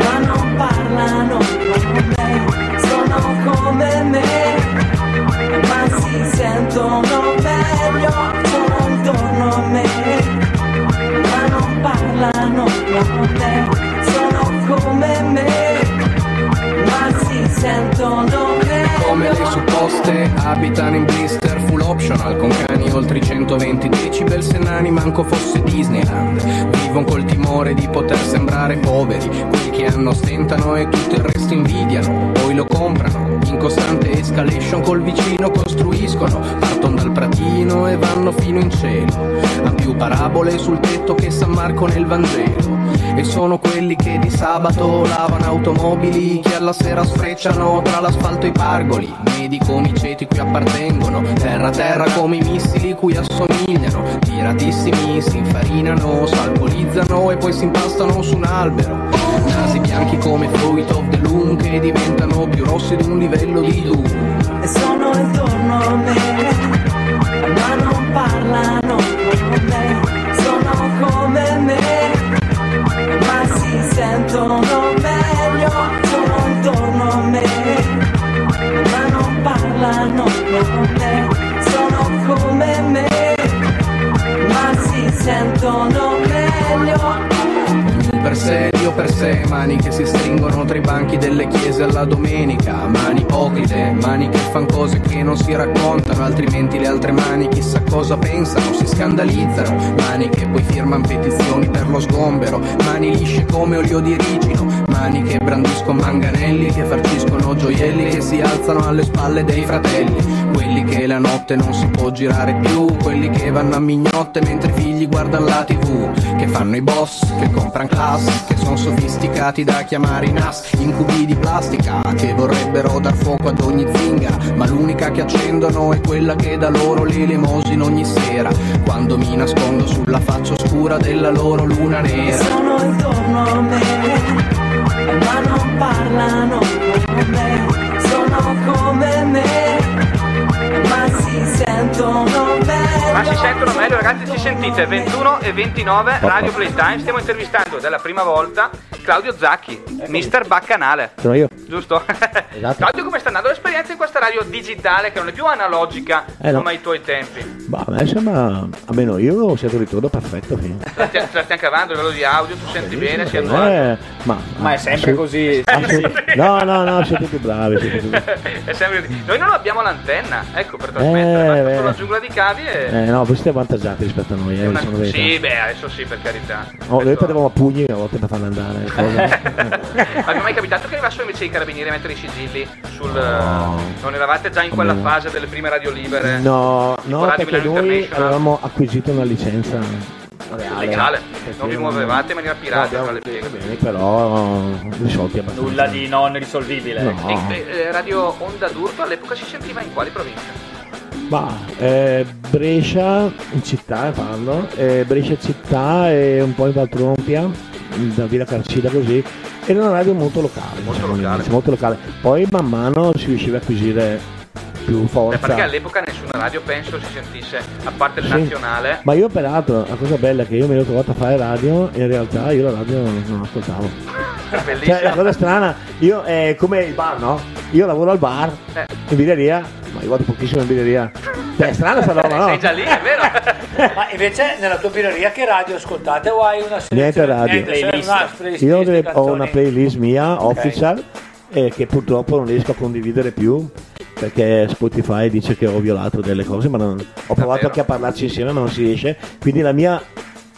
S9: ma non parlano con me. Sono come me, ma si sentono meglio. Sono intorno a me, ma non parlano con me. Sono come me, ma si sentono meglio.
S5: Come le supposte abitano in blister full optional Con cani oltre i 120 decibel se nani manco fosse Disneyland Vivono col timore di poter sembrare poveri Quelli che hanno stentano e tutto il resto invidiano Poi lo comprano, in costante escalation col vicino costruiscono Partono dal pratino e vanno fino in cielo Ha più parabole sul tetto che San Marco nel Vangelo e sono quelli che di sabato lavano automobili Che alla sera sfrecciano tra l'asfalto e i pargoli Medi come i ceti cui appartengono Terra terra come i missili cui assomigliano Tiratissimi si infarinano, s'alcolizzano E poi si impastano su un albero Nasi bianchi come fruit of the loom Che diventano più rossi di un livello di lume
S9: E sono intorno a me, ma non parlano con me. Sono come me, ma si sentono meglio. Sono intorno a me, ma non parlano con me. Sono come me, ma si sentono meglio.
S5: Ognuno per sé, Dio per sé, mani che si stringono tra i banchi delle chiese alla domenica, mani ipocrite, mani che fan cose che non si raccontano, altrimenti le altre mani chissà cosa pensano, si scandalizzano, mani che poi firman petizioni per lo sgombero, mani lisce come olio di rigino, mani che brandiscono manganelli, che farciscono gioielli, che si alzano alle spalle dei fratelli, quelli che la notte non si può girare più, quelli che vanno a mignotte mentre i figli guardano la tv, che fanno i boss, che compran class, che sono sofisticati da chiamare i NAS, incubi di plastica, che vorrebbero dar fuoco ad ogni zinga, ma l'unica che accendono è quella che da loro l'elemosina ogni sera, quando mi nascondo sulla faccia oscura della loro luna nera.
S9: Sono intorno a me, ma non parlano con me. Sono come me, ma si sentono meglio.
S10: Ma si sentono meglio ragazzi, ci sentite 21 e 29 Radio Playtime, stiamo intervistando dalla prima volta Claudio Zacchi, mister Baccanale,
S7: Sono io.
S10: giusto?
S7: Esatto.
S10: Claudio come sta andando l'esperienza in questa radio digitale che non è più analogica
S7: Eh, no.
S10: come ai tuoi tempi?
S7: Ma a me sembra, almeno io ho scelto il ritorno perfetto. sì.
S10: La stia- la stiamo cavando a livello di audio, tu senti bene, si
S7: Eh,
S10: addormenta.
S7: ma,
S11: Ma è sempre
S7: assu-
S11: così.
S7: assu- Eh, no, no, no, siete più bravi. Siete più bravi.
S10: È sempre- Noi non abbiamo l'antenna, ecco per trasmettere, basta
S7: beh.
S10: solo la giungla di cavi e...
S7: Eh, no, voi siete avvantaggiati rispetto a noi, eh, diciamo la verità.
S10: Sì, beh, adesso sì, per carità.
S7: Oh, noi
S10: Adesso-
S7: prendevamo a pugni a volte per farla andare. cosa.
S10: Ma vi è mai capitato che arrivassero invece i carabinieri a mettere i sigilli sul... eh, Non eravate già in quella
S7: Come no.
S10: fase delle prime radio libere?
S7: no, no,
S10: Guardate
S7: perché
S10: Milano
S7: noi
S10: International.
S7: avevamo acquisito una licenza reale.
S10: Legale,
S7: Perché
S10: non vi muovevate in maniera pirata tra le pieghe.
S7: Bene, però risolti abbastanza.
S11: Nulla di non risolvibile.
S7: No.
S10: E, e, eh, radio Onda d'Urto all'epoca si sentiva in quali province?
S7: Ma eh, Brescia, in città parlo, eh, Brescia città e un po' in Val Trompia, da Villa Carcida così, era una radio molto locale,
S10: Molto
S7: diciamo,
S10: locale.
S7: all'inizio, molto locale. Poi man mano si riusciva a acquisire più
S10: Beh,
S7: forza.
S10: Eh, perché all'epoca nessuna radio penso si sentisse, a parte il
S7: Sì.
S10: nazionale.
S7: Ma io peraltro, la cosa bella è che io mi ero trovato a fare radio, in realtà io la radio non non ascoltavo.
S10: Bellissimo.
S7: Cioè, la cosa strana, io eh, come il bar, no? Io lavoro al bar,
S10: Eh.
S7: in birreria, ma io vado pochissimo in birreria. Cioè, è strana sta roba, no?
S10: Sei già lì, è vero?
S6: Ma invece nella tua birreria che radio ascoltate o hai una selezione?
S7: radio.
S6: se-
S11: Playlist.
S6: una playlist
S7: Io ho
S6: di
S7: delle- ho
S6: canzoni.
S7: una playlist mia official eh, che purtroppo non riesco a condividere più perché Spotify dice che ho violato delle cose, ma non- ho provato
S10: Davvero?
S7: anche a parlarci insieme ma non si riesce. Quindi la mia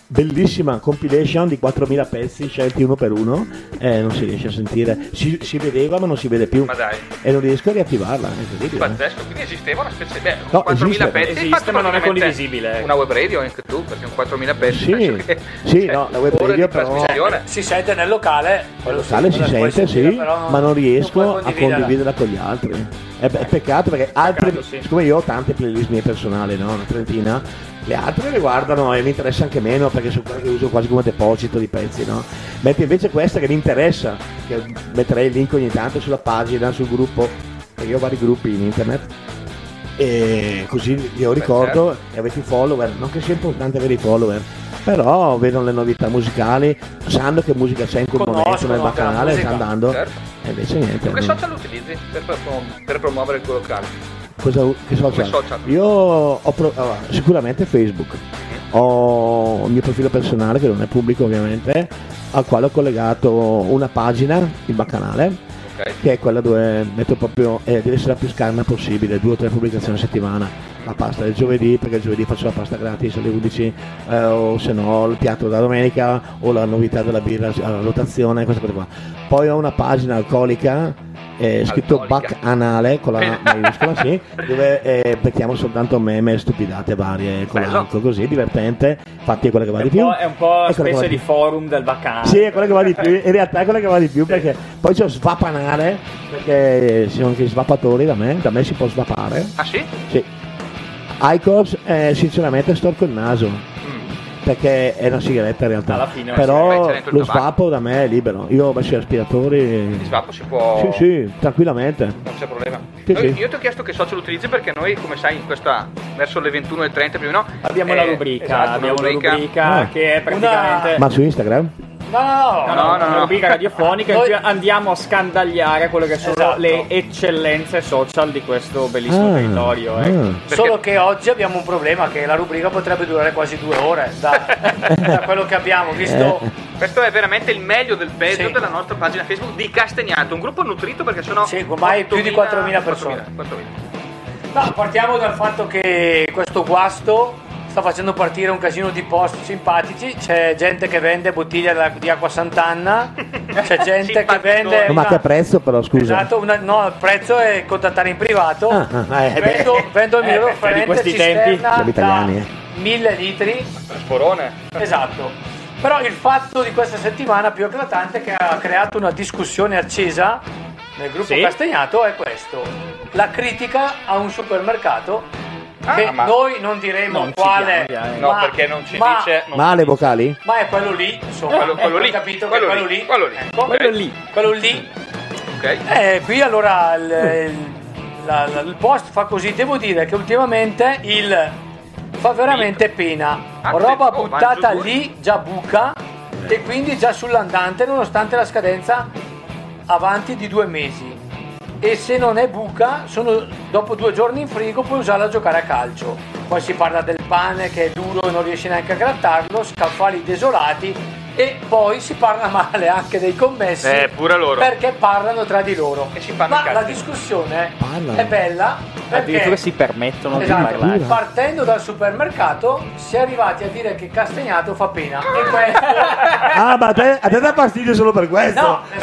S7: bellissima compilation di 4.000 pezzi scelti uno per uno eh, non si riesce a sentire si, si vedeva ma non si vede più
S5: Ma dai.
S7: e non riesco a riattivarla è incredibile eh.
S5: Pazzesco, quindi esisteva una specie di
S7: No,
S5: 4000
S7: esiste.
S5: pezzi,
S7: Esiste,
S5: infatti
S8: ma non è
S5: praticamente
S8: condivisibile, ecco.
S5: Una web radio anche tu, perché un 4000 pezzi. penso
S7: eh. sì,
S5: che-
S7: sì no la web
S5: ore
S7: radio
S5: di
S7: però
S5: trasmissione.
S6: Si sente nel locale, quello sì,
S7: sale si
S6: quello puoi
S7: sente sì
S6: sentire, però
S7: ma non riesco
S6: puoi
S7: a
S6: condividerla.
S7: condividerla con gli altri è, è peccato perché altre siccome io ho tante playlist mie personali no? una trentina le altre le guardano e mi interessa anche meno perché sono quelle che uso quasi come deposito di pezzi no? mentre invece questa che mi interessa che metterei il link ogni tanto sulla pagina sul gruppo perché io ho vari gruppi in internet e così io ricordo e avete i follower non che sia importante avere i follower però vedono le novità musicali sanno che musica c'è in quel momento
S5: Conoscono
S7: nel
S5: anche la
S7: bacanale sta
S5: musica.
S7: andando
S5: Certo.
S7: e invece niente
S5: Che
S7: Cioè, non-
S5: social utilizzi per, per- per promuovere il tuo locale?
S7: cosa, che social?
S5: Come social?
S7: io ho pro- allora, sicuramente facebook ho il mio profilo personale che non è pubblico ovviamente al quale ho collegato una pagina il bacanale che è quella dove metto proprio eh, deve essere la più scarna possibile due o tre pubblicazioni a settimana la pasta del giovedì perché il giovedì faccio la pasta gratis alle 11 eh, o se no il piatto della domenica o la novità della birra a rotazione queste cose qua poi ho una pagina alcolica eh, scritto back anale con la maiuscola sì dove eh, mettiamo soltanto meme stupidate varie con l'alcol così divertente infatti è quella che va di più
S8: È un po'
S7: È quella che va
S8: specie di
S7: di
S8: forum del eh, baccano.
S7: Ah, sì, è quella che va di più. In realtà è quella che va di più perché poi c'è svapanare, perché ci sono anche i svapatori da me, da me si può svapare.
S5: Ah sì?
S7: Sì. Icos eh, sinceramente storco il naso. Perché è una sigaretta in realtà.
S5: Mm. Alla fine, eh,
S7: Però
S5: c'è dentro il
S7: lo
S5: tabacco.
S7: svapo da me è libero. Io ho messo gli aspiratori.
S5: Il svapo si può...
S7: Sì, sì, tranquillamente.
S5: Non c'è problema.
S7: Sì,
S5: Noi-
S7: sì.
S5: Io ti ho chiesto che social utilizzi perché noi, come sai, in questa, verso le 21.30 più o meno... eh, esatto,
S8: Abbiamo
S5: la
S8: una rubrica, abbiamo
S5: la
S8: una rubrica
S7: Ah.
S8: che è praticamente
S7: Ma su Instagram?
S6: No,
S8: no,
S6: no,
S8: no, una rubrica radiofonica in cui andiamo a scandagliare quelle che sono
S6: Esatto.
S8: le eccellenze social di questo bellissimo
S6: Ah,
S8: territorio.
S6: ah.
S5: eh.
S8: ecco.
S6: Solo che oggi abbiamo un problema che la rubrica potrebbe durare quasi due ore da, da quello che abbiamo visto.
S7: Eh.
S5: Questo è veramente il meglio del peggio della nostra pagina Facebook di Castagnato, un gruppo nutrito perché sono sì, ormai
S6: più di 4.000 persone. No, partiamo dal fatto che questo guasto sta facendo partire un casino di post simpatici. C'è gente che vende bottiglie da- di acqua Sant'Anna, c'è gente che vende.
S7: No, ma
S6: una-
S7: che prezzo però, scusa.
S6: Esatto, una- no, il prezzo è contattare in privato.
S7: Ah, ah, eh, beh.
S6: vendo, vendo il
S7: Eh,
S6: mio
S7: beh, di
S6: offerente
S7: questi tempi.
S6: cisterna
S7: Siamo italiani, eh.
S6: da 1000 litri.
S5: Sporone.
S6: Esatto. Però il fatto di questa settimana più eclatante che ha creato una discussione accesa nel gruppo
S8: Sì.
S6: Castagnato è questo. La critica a un supermercato
S5: Ah,
S6: che
S5: ma-
S6: noi non diremo
S5: Non ci
S6: quale,
S5: chiama, eh. No, perché non ci
S6: ma-
S5: dice-
S7: Ma le vocali?
S6: ma è quello lì, insomma,
S5: Quello- quello
S6: Ecco,
S5: lì,
S6: ho capito
S5: quello
S6: che quello
S5: lì,
S6: lì, quello lì,
S5: Quello
S8: lì,
S6: quello lì.
S5: Ok.
S6: Eh, qui allora il, il- la- la- il post fa così, devo dire che ultimamente il fa veramente pena.
S5: Ah, sì.
S6: Roba
S5: Oh,
S6: buttata
S5: mangio due.
S6: lì già buca e quindi già sull'andante nonostante la scadenza avanti di due mesi. E se non è buca, sono, dopo due giorni in frigo puoi usarla a giocare a calcio. Poi si parla del pane che è duro e non riesci neanche a grattarlo, scaffali desolati e poi si parla male anche dei commessi
S5: Eh, pure loro.
S6: perché parlano tra di loro. Ma la discussione
S8: Parlano.
S6: è bella
S8: Addirittura
S6: perché
S8: si permettono
S6: Esatto.
S8: di parlare.
S6: partendo dal supermercato si è arrivati a dire che Castagnato fa pena. E questo
S7: Ah, ma a te, a te dà fastidio solo per questo?
S6: eh,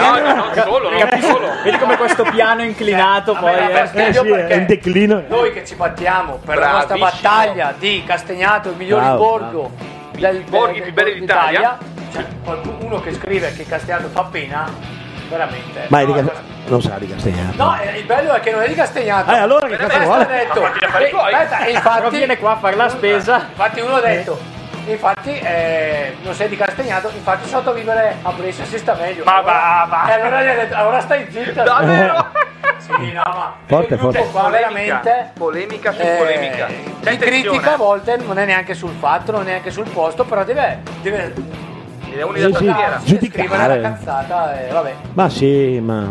S8: Vedi come questo piano inclinato poi è...
S6: dà
S7: Eh sì, è in declino.
S6: noi che ci battiamo per la nostra
S8: Bravissimo.
S6: battaglia di Castagnato, il miglior
S7: Bravo,
S6: borgo del,
S5: Borghi più belli d'Italia.
S6: Cioè, qualcuno che scrive che Castagnato fa pena, veramente.
S7: Ma è di
S6: No,
S7: Cas- non sa di Castigliano.
S6: No, eh, il bello è che non è di Castagnato.
S7: Eh, allora che cazzo
S6: Questo
S7: vuole?
S6: ha detto.
S7: Ma fatti gli affari
S6: Eh,
S7: tuoi.
S6: aspetta, e infatti,
S8: Però viene
S6: qua a fare la
S8: spesa.
S6: Infatti uno ha detto. Infatti eh, non sei di Castagnato, infatti sotto a vivere a Brescia si sta meglio. Ma va, va. E allora, gli ha detto, allora stai zitta.
S5: Davvero?
S6: sì, no, ma
S7: Forte, forte.
S6: qua veramente
S5: polemica su
S6: eh,
S5: polemica.
S6: chi critica a volte non è neanche sul fatto, non è neanche sul posto, però deve, deve
S5: È un'idea
S7: Sì, sì,
S5: bandiera.
S6: scrivere la
S7: giudicare.
S6: cazzata e vabbè.
S7: Ma sì, ma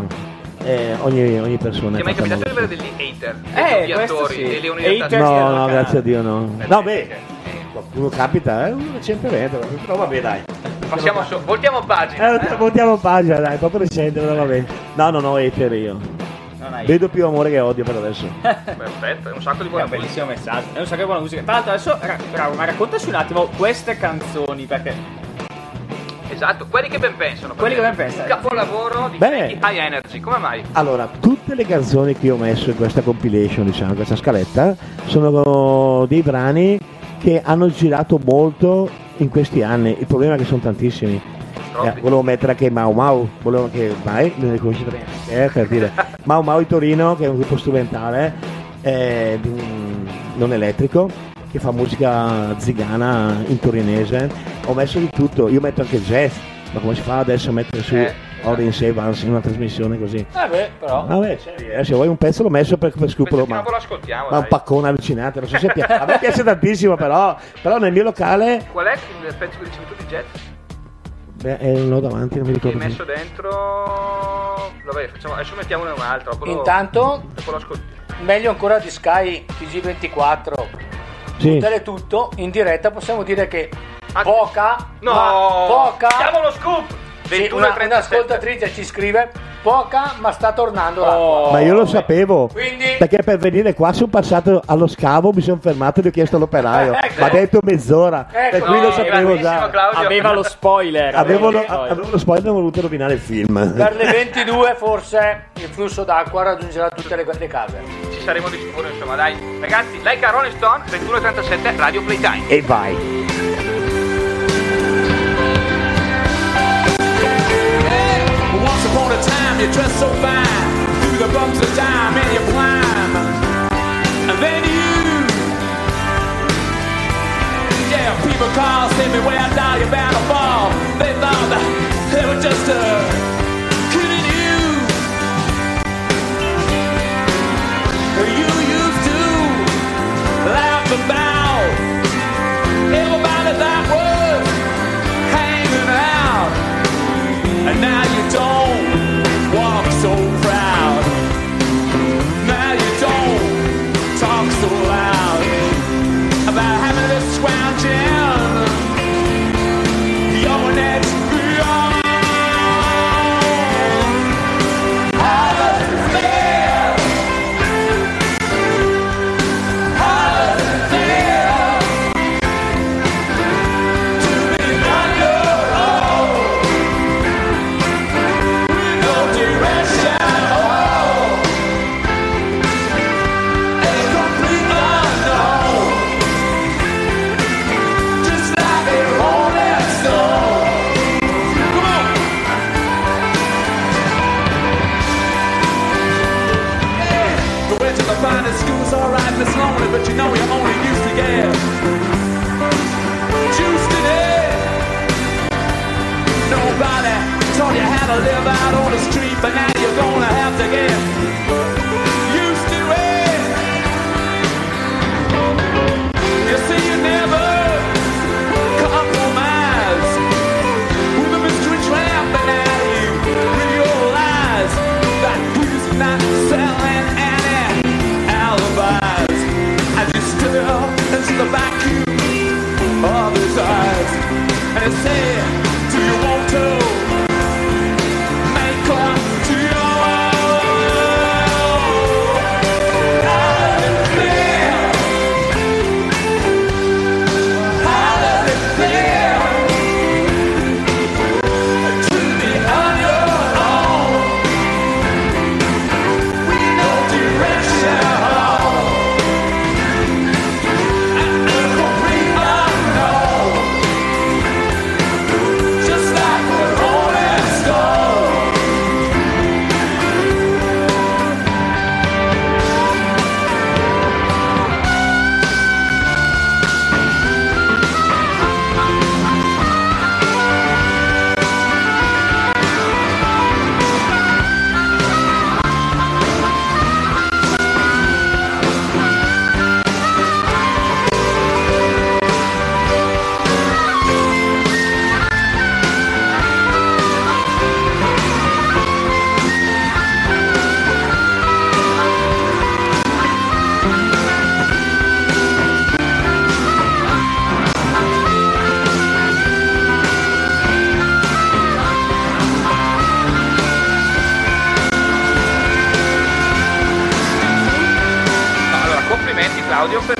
S7: eh, ogni, ogni
S5: Ti
S7: persona è
S5: è mai
S7: fatta
S5: capitato di
S7: male.
S5: vedere degli hater?
S8: Eh,
S5: Degli
S8: questo
S5: odiatori,
S8: sì.
S5: delle unità-
S7: No, no, grazie a Dio no.
S5: Eh,
S7: No, beh, qualcuno capita, eh, uno recentemente, però vabbè dai.
S5: Passiamo su, voltiamo pagina. eh.
S7: Eh, voltiamo pagina, dai, proprio recente, però vabbè. No, no, no, etero io.
S8: Non
S12: mai.
S7: Vedo più amore che odio per adesso.
S12: Perfetto, è un sacco di
S6: Eh,
S12: buona musica. È un bellissimo messaggio, è un sacco di buona musica. Tra l'altro adesso, ra- bravo, ma raccontaci un attimo queste canzoni, perché...
S5: Esatto, quelli che ben pensano.
S12: Quelli che ben pensano.
S5: Capolavoro di
S7: Beh. Eh,
S5: Frankie High Energy, come mai?
S7: Allora, tutte le canzoni che ho messo in questa compilation, diciamo, in questa scaletta, sono dei brani che hanno girato molto in questi anni. Il problema è che sono tantissimi. Eh, volevo mettere anche Mau Mau, volevo anche vai, non ne conosci tre neanche, eh, per dire. Mau Mau di Torino, che è un gruppo strumentale, eh, di un- non elettrico, che fa musica zigana in torinese. Ho messo di tutto, io metto anche jazz, ma come si fa adesso a mettere su Orange Evans in una trasmissione così?
S6: Eh beh, però.
S12: Ah.
S7: Vabbè, Eh, se vuoi un pezzo l'ho messo per, per scrupolo, ma,
S5: lo ascoltiamo,
S7: ma un
S5: dai.
S7: paccone allucinante. Non so se piace. A me piace tantissimo, però, però nel mio locale
S5: Qual è il pezzo che dicevi tu di Jet?
S7: beh, eh, non ho davanti, non mi
S5: Che hai
S7: ricordo. più.
S5: messo dentro... Vabbè, facciamo... adesso mettiamone un altro. dopo lo-
S6: Intanto,
S5: dopo lo ascoltiamo.
S6: meglio ancora di Sky TG24.
S7: Sì.
S6: Tutele tutto, in diretta possiamo dire che
S12: Ah,
S6: poca,
S5: No!
S6: ma poca,
S5: Diamo lo scoop!
S6: sì,
S5: 21
S6: una, un'ascoltatrice ci scrive, poca ma sta tornando
S12: Oh.
S6: l'acqua.
S7: Ma io lo sapevo,
S6: Quindi-
S7: perché per venire qua sono passato allo scavo, mi sono fermato e gli ho chiesto all'operaio.
S6: Eh, ecco.
S7: Mi ha detto mezz'ora,
S6: Ecco.
S7: per cui lo
S5: Eh,
S6: No,
S7: sapevo già.
S12: Aveva lo spoiler.
S7: Avevo lo,
S12: aveva lo spoiler.
S7: avevo lo spoiler e ho voluto rovinare il film.
S6: Per le 22 forse il flusso d'acqua raggiungerà tutte le, le case.
S5: Ci saremo di sicuro, insomma, dai. Ragazzi, like a Rolling Stone, 21.37, Radio Playtime.
S7: E vai.
S9: Once upon a time, you dress so fine. Through the bumps of time, and you climb. And then you. Yeah, people call, send me where I die, you're bound to fall. They thought that they were just uh, kidding you. You used to laugh about everybody that was hanging out. And now you don't walk so proud. Now you don't talk so loud about having to scrounge in your next beyond. How does it feel? How does it feel to be on your own?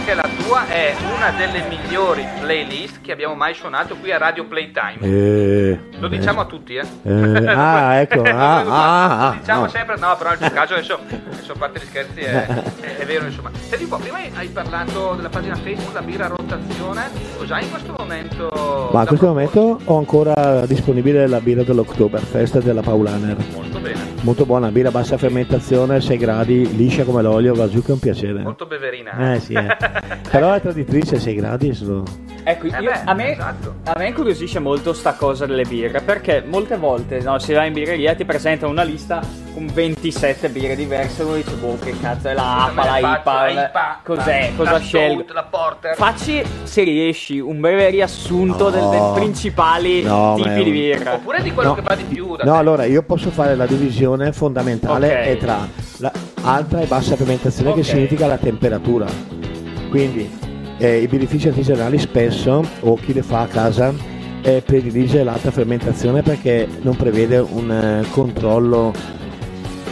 S5: una delle migliori playlist che abbiamo mai suonato qui a Radio Playtime.
S7: Eh,
S5: Lo
S7: vabbè.
S5: diciamo a tutti, eh?
S7: Eh, ah, ecco, ah, ah, ah,
S5: Lo diciamo
S7: no.
S5: sempre, no, però in tuo caso adesso, adesso a parte gli scherzi, è, è- è vero, insomma. Senti un po', prima hai parlato della pagina Facebook, la birra a rotazione, cos'hai in questo momento?
S7: Ma in questo momento ho ancora disponibile la birra dell'Oktoberfest della Paulaner.
S5: Molto bene,
S7: Molto buona, birra bassa fermentazione, 6 gradi, liscia come l'olio, va giù che è un piacere.
S5: molto beverina.
S7: Eh sì, eh. però è traditrice, 6 gradi sono...
S8: Ecco, io- a, me, a me incuriosisce molto sta cosa delle birre, perché molte volte no, si va in birreria e ti presenta una lista con 27 birre diverse e uno dice, boh, che cazzo è la APA, la IPA, la- cos'è, cosa scelgo?
S5: La porter.
S8: Facci, se riesci, un breve riassunto
S7: No.
S8: del- dei principali
S7: No, ma è
S8: tipi di
S7: un-
S8: birra.
S5: Oppure di quello che va di più.
S7: No, allora io posso fare la divisione fondamentale
S8: Ok.
S7: è tra la alta e bassa fermentazione
S8: Ok.
S7: che significa la temperatura. Quindi eh, i birrifici artigianali spesso, o chi le fa a casa, eh, predilige l'alta fermentazione perché non prevede un eh, controllo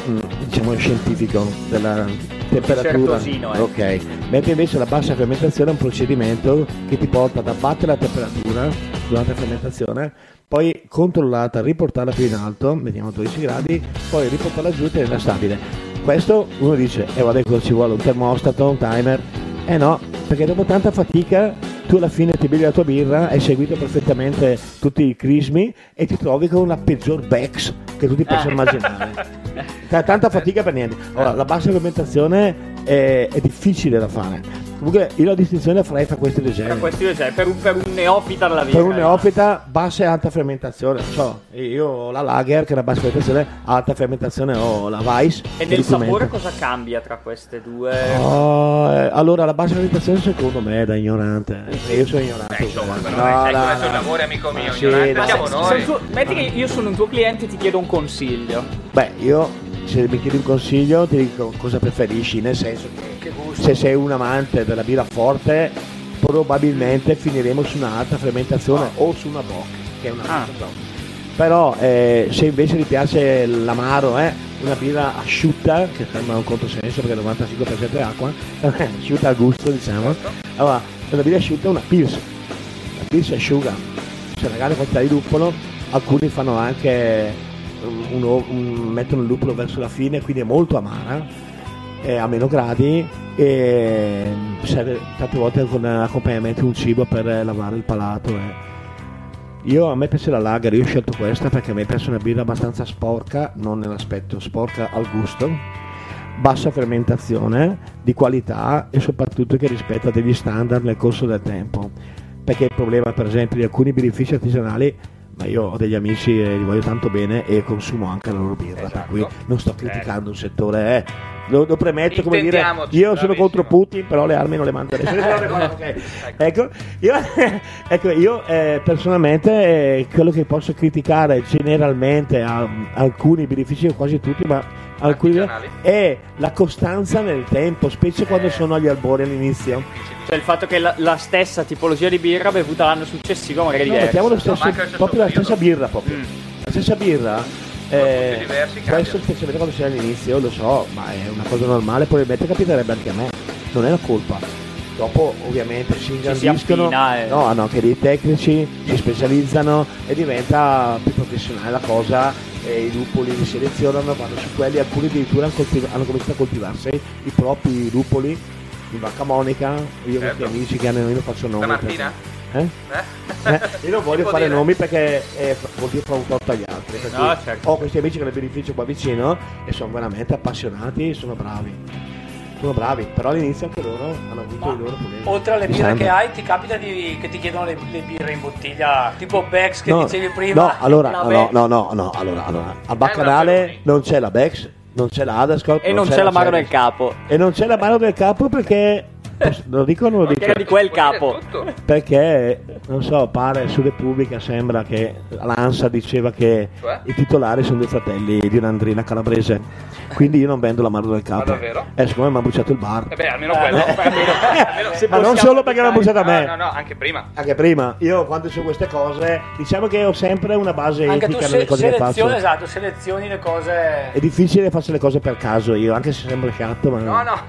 S7: mm, diciamo scientifico della temperatura.
S8: certosino, eh.
S7: Ok. Mentre invece la bassa fermentazione è un procedimento che ti porta ad abbattere la temperatura durante la fermentazione, poi controllata, riportarla più in alto, mettiamo 12 gradi, poi riportarla giù e tenerla stabile. Questo uno dice, e eh, vabbè cosa ci vuole, un termostato, un timer? Eh no, perché dopo tanta fatica tu alla fine ti bevi la tua birra, hai seguito perfettamente tutti i crismi e ti trovi con la peggior Bex che tu ti possa
S8: Eh.
S13: Ah.
S7: immaginare. Tra tanta fatica per niente. Ora, la bassa fermentazione è, è difficile da fare. Comunque, io la distinzione la farei tra questi due
S8: Per
S7: generi.
S8: questi due, cioè, per un, per un neofita della birra.
S7: Per un neofita, bassa e alta fermentazione. So, io ho la lager, che è la bassa fermentazione, alta fermentazione ho la Weiss.
S8: E
S7: che
S8: nel sapore
S7: documenta.
S8: cosa cambia tra queste due?
S7: Oh, eh, allora, la bassa fermentazione secondo me è da ignorante. E Io sono ignorante.
S5: Beh, insomma, però,
S7: No,
S5: eh, sai,
S7: no,
S5: questo è
S7: no.
S5: il lavoro, amico mio.
S7: sì,
S5: ignorante
S7: dai.
S5: siamo
S7: Se-
S5: noi.
S8: Se un tuo- metti che io sono un tuo cliente e ti chiedo un consiglio.
S7: Beh, io se mi chiedi un consiglio ti dico cosa preferisci, nel senso che, se sei un amante della birra forte probabilmente finiremo su un'alta fermentazione o su una bock, che è una
S8: Ah.
S7: Però eh, se invece ti piace l'amaro, eh, una birra asciutta, che sembra un controsenso perché il 95% è acqua, asciutta a gusto diciamo,
S8: Certo.
S7: allora una birra asciutta è una pils, la pils asciuga, c'è una grande quantità di lupolo, alcuni fanno anche un- un- un- mettono il lupolo verso la fine, quindi è molto amara, è a meno gradi e serve tante volte con accompagnamento un cibo per eh, lavare il palato. eh. Io a me piace la lager, io ho scelto questa perché a me piace una birra abbastanza sporca, non nell'aspetto, sporca al gusto, bassa fermentazione, di qualità e soprattutto che rispetta degli standard nel corso del tempo. Perché il problema per esempio di alcuni birrifici artigianali, ma io ho degli amici e li voglio tanto bene e consumo anche la loro birra, per cui non sto criticando un settore, eh. lo, lo premetto come dire,
S13: Intendiamoci,
S7: io sono contro Putin, però le armi non le manda nessuno. Ecco, io, ecco, io, eh, personalmente eh, quello che posso criticare generalmente a, alcuni birrifici, o quasi tutti, ma alcuni è la costanza nel tempo, specie quando sono agli albori all'inizio.
S8: Cioè il fatto che la, la stessa tipologia di birra bevuta l'anno successivo magari
S7: No,
S8: diversa.
S7: mettiamo lo stesso, proprio la stessa birra proprio.
S5: Mm.
S7: La stessa birra. eh, questo specialmente quando sei all'inizio, lo so, ma è una cosa normale, probabilmente capiterebbe anche a me, non è la colpa. Dopo ovviamente si ingrandiscono,
S8: affina, eh.
S7: no, hanno anche dei tecnici, si specializzano e diventa più professionale la cosa, e i lupoli li selezionano, vanno su quelli, alcuni addirittura hanno, coltiv- hanno cominciato a coltivarsi i propri lupoli in Vacca Monica, io ho
S5: Certo.
S7: ho amici che hanno, io non faccio nomi.
S5: Stamattina?
S7: per- Eh? Eh, io non voglio
S5: Si può
S7: fare
S5: dire?
S7: nomi perché eh, fa- vuol dire fare un torto agli altri. per
S8: No,
S7: cui
S8: certo.
S7: Ho questi amici che hanno il beneficio qua vicino e sono veramente appassionati e sono bravi. Sono bravi, però all'inizio anche loro hanno avuto i loro problemi.
S6: Oltre alle
S7: Mi
S6: birre
S7: sembra.
S6: che hai, ti capita di- che ti chiedono le, le birre in bottiglia, tipo Bex che
S7: no,
S6: dicevi prima.
S7: No, allora,
S6: La
S7: no,
S6: Bex.
S7: no, no, no, allora, allora. Al Baccanale non c'è la Bex, non c'è la Adascot.
S8: E non c'è la mano
S7: Ceres.
S8: del capo.
S7: E non c'è la mano del capo perché... Lo dico o non lo dico?
S8: Era di quel capo.
S7: perché non so pare su Repubblica sembra che l'ANSA diceva che
S5: Cioè?
S7: i titolari sono dei fratelli di un'andrina calabrese quindi io non vendo la mano del capo
S5: Ma davvero?
S7: eh siccome mi ha bruciato il bar
S5: Eh beh, almeno quello. almeno- almeno-
S7: ma non solo perché l'ha bruciata a me
S5: No, no, no, anche prima.
S7: anche prima io quando so queste cose diciamo che ho sempre una base
S6: Anche tu
S7: etica
S6: se-
S7: nelle cose che faccio
S6: selezioni, esatto, selezioni le cose.
S7: è difficile farsi le cose per caso io anche se sembro sciatto ma
S5: No, no,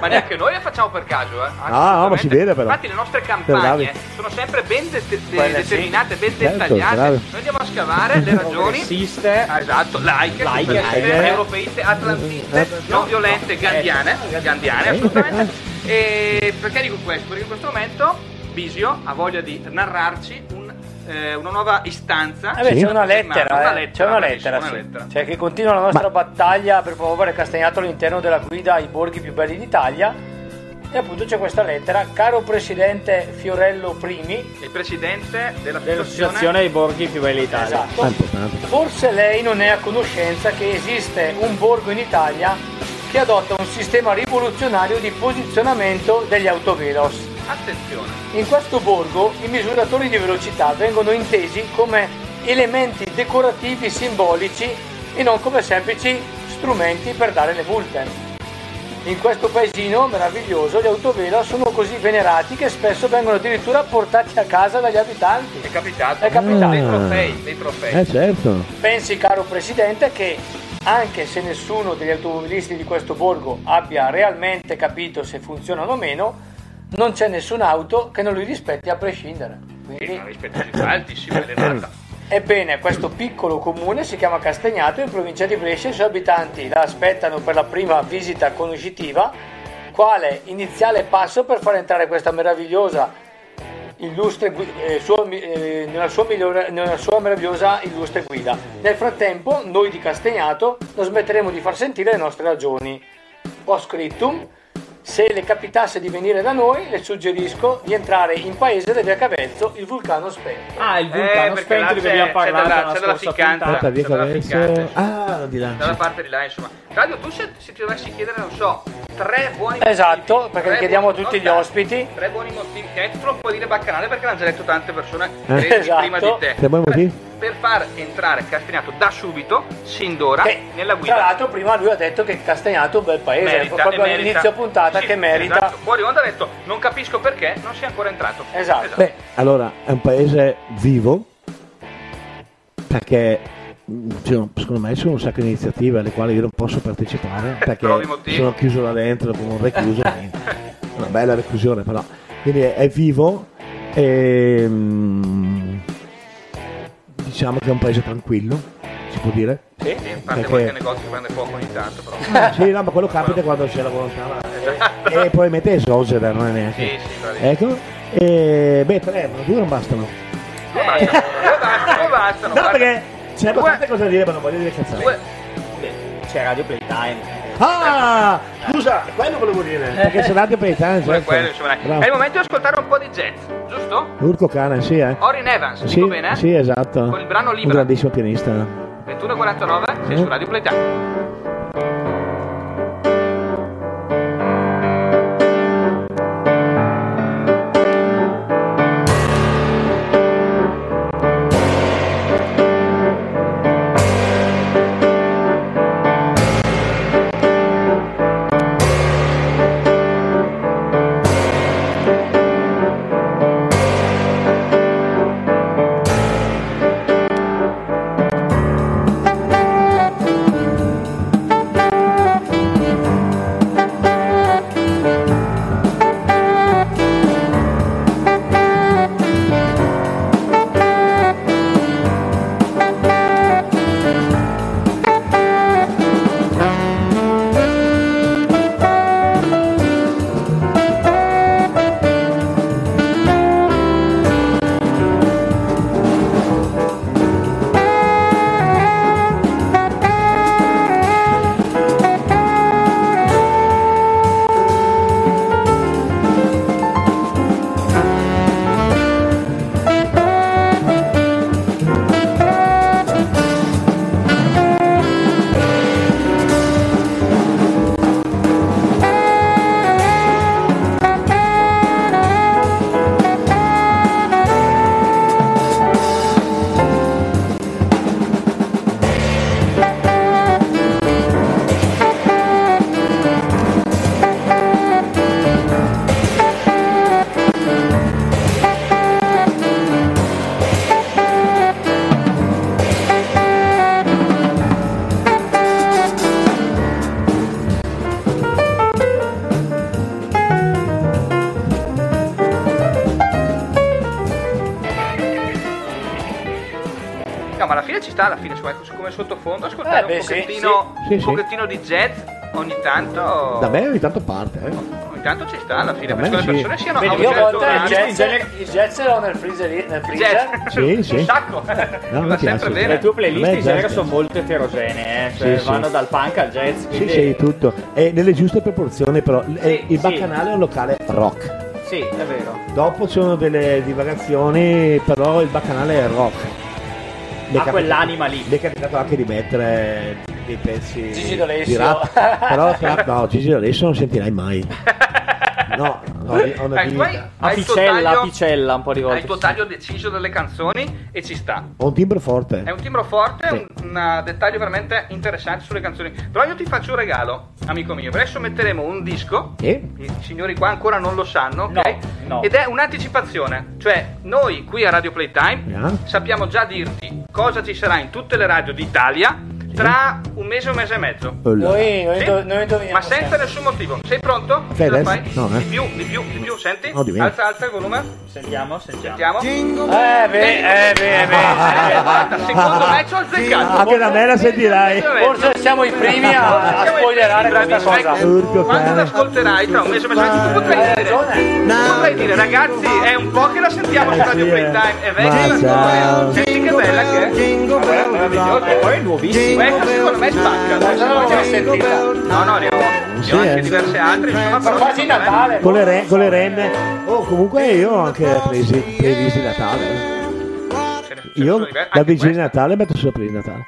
S5: ma neanche noi le facciamo per caso. disagio, eh. Anzi,
S7: Ah, no, ma
S5: sicuramente.
S7: si vede però.
S5: Infatti le nostre
S7: Bravi.
S5: campagne sono sempre ben de- de-
S7: Quella sì.
S5: determinate, ben
S7: Certo,
S5: dettagliate.
S7: bravo.
S5: Noi andiamo a scavare le ragioni.
S8: Esiste.
S5: Esatto, laiche,
S8: Laiche,
S5: socialiste,
S8: laiche.
S5: europeiste,
S6: Eh,
S5: atlantiste, non violente, gandiane, gandiane assolutamente. E perché dico questo? Perché in questo momento Bisio ha voglia di narrarci un, eh, una nuova istanza.
S6: Eh beh, c'è una
S5: Una
S6: lettera, eh. c'è una
S5: bravissima,
S6: lettera, sì.
S5: una lettera.
S6: Cioè, che continua la nostra battaglia per promuovere Castagnato all'interno della guida ai borghi più belli d'Italia. E appunto c'è questa lettera, caro presidente Fiorello Primi,
S5: Il presidente della
S8: L'associazione dei borghi più belli d'Italia.
S6: Esatto. Ah, forse lei non è a conoscenza che esiste un borgo in Italia che adotta un sistema rivoluzionario di posizionamento degli autovelox.
S5: Attenzione.
S6: In questo borgo i misuratori di velocità vengono intesi come elementi decorativi simbolici e non come semplici strumenti per dare le multe. In questo paesino meraviglioso gli autovelo sono così venerati che spesso vengono addirittura portati a casa dagli abitanti. È
S5: capitato.
S6: È capitato.
S7: Ah. Eh certo.
S6: Pensi, caro Presidente, che anche se nessuno degli automobilisti di questo borgo abbia realmente capito se funzionano o meno, non c'è nessuna auto che non li rispetti a prescindere. Quindi-
S5: altissima elevata.
S6: Ebbene, questo piccolo comune si chiama Castagnato in provincia di Brescia e i suoi abitanti la aspettano per la prima visita conoscitiva, quale iniziale passo per far entrare questa meravigliosa illustre gui- eh, sua mi- eh, nella, sua migliore- nella sua meravigliosa illustre guida. Nel frattempo, noi di Castagnato non smetteremo di far sentire le nostre ragioni. Post scriptum, se le capitasse di venire da noi, le suggerisco di entrare in paese del Via Cavezzo, il vulcano spento.
S8: Ah, il vulcano
S6: perché
S8: spento
S6: là
S8: di cui
S6: c'è-
S8: abbiamo
S6: c'è
S8: parlato
S6: della-
S8: nella
S6: c'è della
S8: scorsa
S6: ficcanza.
S8: puntata.
S7: Aspetta, via
S5: Sono
S7: Cavezzo. Ah, di là.
S5: Dalla parte di là, insomma. Claudio, tu se, se ti dovessi chiedere, non so, tre buoni
S6: Esatto, perché
S5: Tre
S6: li chiediamo a
S5: buoni-
S6: tutti
S5: non
S6: gli
S5: tanti,
S6: ospiti.
S5: Tre buoni motivi. Chiaramente tu non puoi dire baccanale perché l'hanno già detto tante persone
S7: Eh.
S5: credi, prima
S6: Esatto.
S5: di te.
S7: Tre buoni motivi?
S5: Per far entrare Castagnato da subito, sin d'ora, nella guida.
S6: Tra l'altro prima lui ha detto che Castagnato è un bel paese,
S5: Merita,
S6: proprio
S5: e merita.
S6: all'inizio puntata
S5: Sì,
S6: che merita.
S5: esatto. Fuori onda ha detto, non capisco perché, non sei ancora entrato.
S6: Esatto.
S7: Beh, allora è un paese vivo perché mh, cioè, secondo me ci sono un sacco di iniziative alle quali io non posso partecipare perché
S5: Trovi motivi.
S7: sono chiuso là dentro come un recluso. quindi una bella reclusione però. Quindi è, è vivo e mh, diciamo che è un paese tranquillo, si può dire.
S5: Sì, a parte
S7: Perché-
S5: qualche negozio che prende fuoco ogni tanto, però.
S7: sì, no, ma quello capita quando c'è la volontà. ma- E probabilmente esogena, non è neanche.
S5: Sì, sì, bravissimo.
S7: ecco. E, beh, tre, ma due non bastano.
S5: Due bastano, due bastano, due bastano.
S7: No,
S5: guarda.
S7: perché c'è tante cose da dire, ma non voglio dire cazzate.
S8: C'è Radio Playtime.
S7: Ah, scusa, quello volevo dire.
S6: Eh,
S7: Perché c'è l'arte per i tanti.
S5: Pure
S7: certo.
S5: quello, insomma, dai.
S7: Bravo.
S5: È il momento di ascoltare un po' di jazz, giusto?
S7: Urco Cana, sì, eh.
S5: Orin Evans,
S7: sì,
S5: dico bene?
S7: sì, esatto.
S5: Con il brano
S7: Un
S5: Libera.
S7: grandissimo pianista.
S5: 21.49,
S7: Eh.
S5: sei su Radio Playtime.
S2: Thank
S5: Civile ci sta alla fine, su- ecco, come sottofondo, ascoltare
S6: Eh, beh,
S5: un
S6: sì,
S5: pochettino,
S7: sì.
S5: un
S7: Sì, sì.
S5: pochettino di jazz ogni tanto.
S7: Da me ogni tanto parte, eh.
S5: Ogni tanto ci sta alla fine,
S7: Da
S5: perché
S7: me
S5: le
S7: sì.
S5: persone siano
S7: Vedi,
S5: a un
S7: io a
S5: certo
S7: volte il
S5: orario.
S7: jazz-
S6: Il jet- Il jet ce l'ho nel freezer. Nel freezer.
S7: Sì, sì. No, mi piace.
S8: Le tue playlist
S7: A me
S8: in genere
S7: jazz
S8: sono molto eterogenee, eh, cioè
S7: Sì, sì.
S8: vanno dal punk al jazz.
S7: Sì,
S8: Quindi...
S7: sì, tutto. E nelle giuste proporzioni, però. Eh, il
S8: sì.
S7: baccanale è un locale rock.
S8: Sì, è vero.
S7: Dopo ci sono delle divagazioni, però il baccanale è rock. Mi è
S8: Ha
S7: capitato-
S8: quell'anima lì.
S7: Mi è capitato anche di mettere dei pezzi
S8: Gigi
S7: di
S8: D'Alessio.
S7: rap, però rap, no, Gigi D'Alessio non sentirai mai. No, no, ho una
S5: Hai- tu hai-
S7: vita.
S5: hai il tuo taglio-
S8: un po' di
S5: Hai il tuo taglio deciso delle canzoni e ci sta.
S7: Ho un timbro forte.
S5: È un timbro forte,
S7: Sì.
S5: un, un uh, dettaglio veramente interessante sulle canzoni. Però io ti faccio un regalo, amico mio. Adesso metteremo un disco.
S7: Sì?
S5: I signori qua ancora non lo sanno, ok? Ed è un'anticipazione. Cioè, noi qui a Radio Playtime
S7: Ah.
S5: sappiamo già dirti cosa ci sarà in tutte le radio d'Italia tra un mese e un mese e mezzo.
S7: Oh là.
S6: Noi, noi,
S5: Sì?
S6: do- noi indoviniamo
S5: Ma senza
S6: sempre.
S5: nessun motivo. Sei pronto?
S7: Fai
S5: Ce la
S7: adesso?
S5: fai?
S7: No, eh.
S5: Di più, di più, di più, senti?
S7: No, di meno.
S5: alza, alza il volume.
S8: Sentiamo, sentiamo.
S5: Sentiamo.
S6: Eh beh, eh beh, eh beh.
S5: Eh, guarda, secondo me ci ho azzeccato.
S7: Anche da me la sentirai.
S6: Forse siamo i primi a, a
S5: Siamo i
S6: spoilerare
S5: primi,
S6: questa
S5: bravi,
S6: cosa.
S5: sai-
S7: Urco
S5: Quando
S7: cane.
S5: l'ascolterai tra un mese e mezzo, tu potrai
S7: Eh,
S6: Hai
S5: dire,
S6: ragione.
S5: tu potrai dire, ragazzi, è un po' che la sentiamo su
S7: Eh,
S5: Radio
S7: sì, eh.
S5: Playtime, è
S7: Ma
S5: vecchia,
S7: ciao.
S5: senti che bella che è. Ma guarda, meravigliosa.
S8: E poi è nuovissimo.
S5: Questa eh, secondo me spacca.
S6: Ma già l'avevo mai sentita.
S5: No, no, ne ho, ne ho
S7: Sì,
S5: anche
S7: eh.
S5: diverse altre, insomma,
S6: Ma
S5: però
S6: quasi
S5: secondo me-
S6: Natale.
S7: Con le, re- con le renne. Oh, comunque io ho anche presi previsti Natale.
S5: ce ne- ce ne sono
S7: Io
S5: diverse.
S7: la
S5: Anche
S7: vigilia di
S5: questa.
S7: Natale metto solo per il Natale.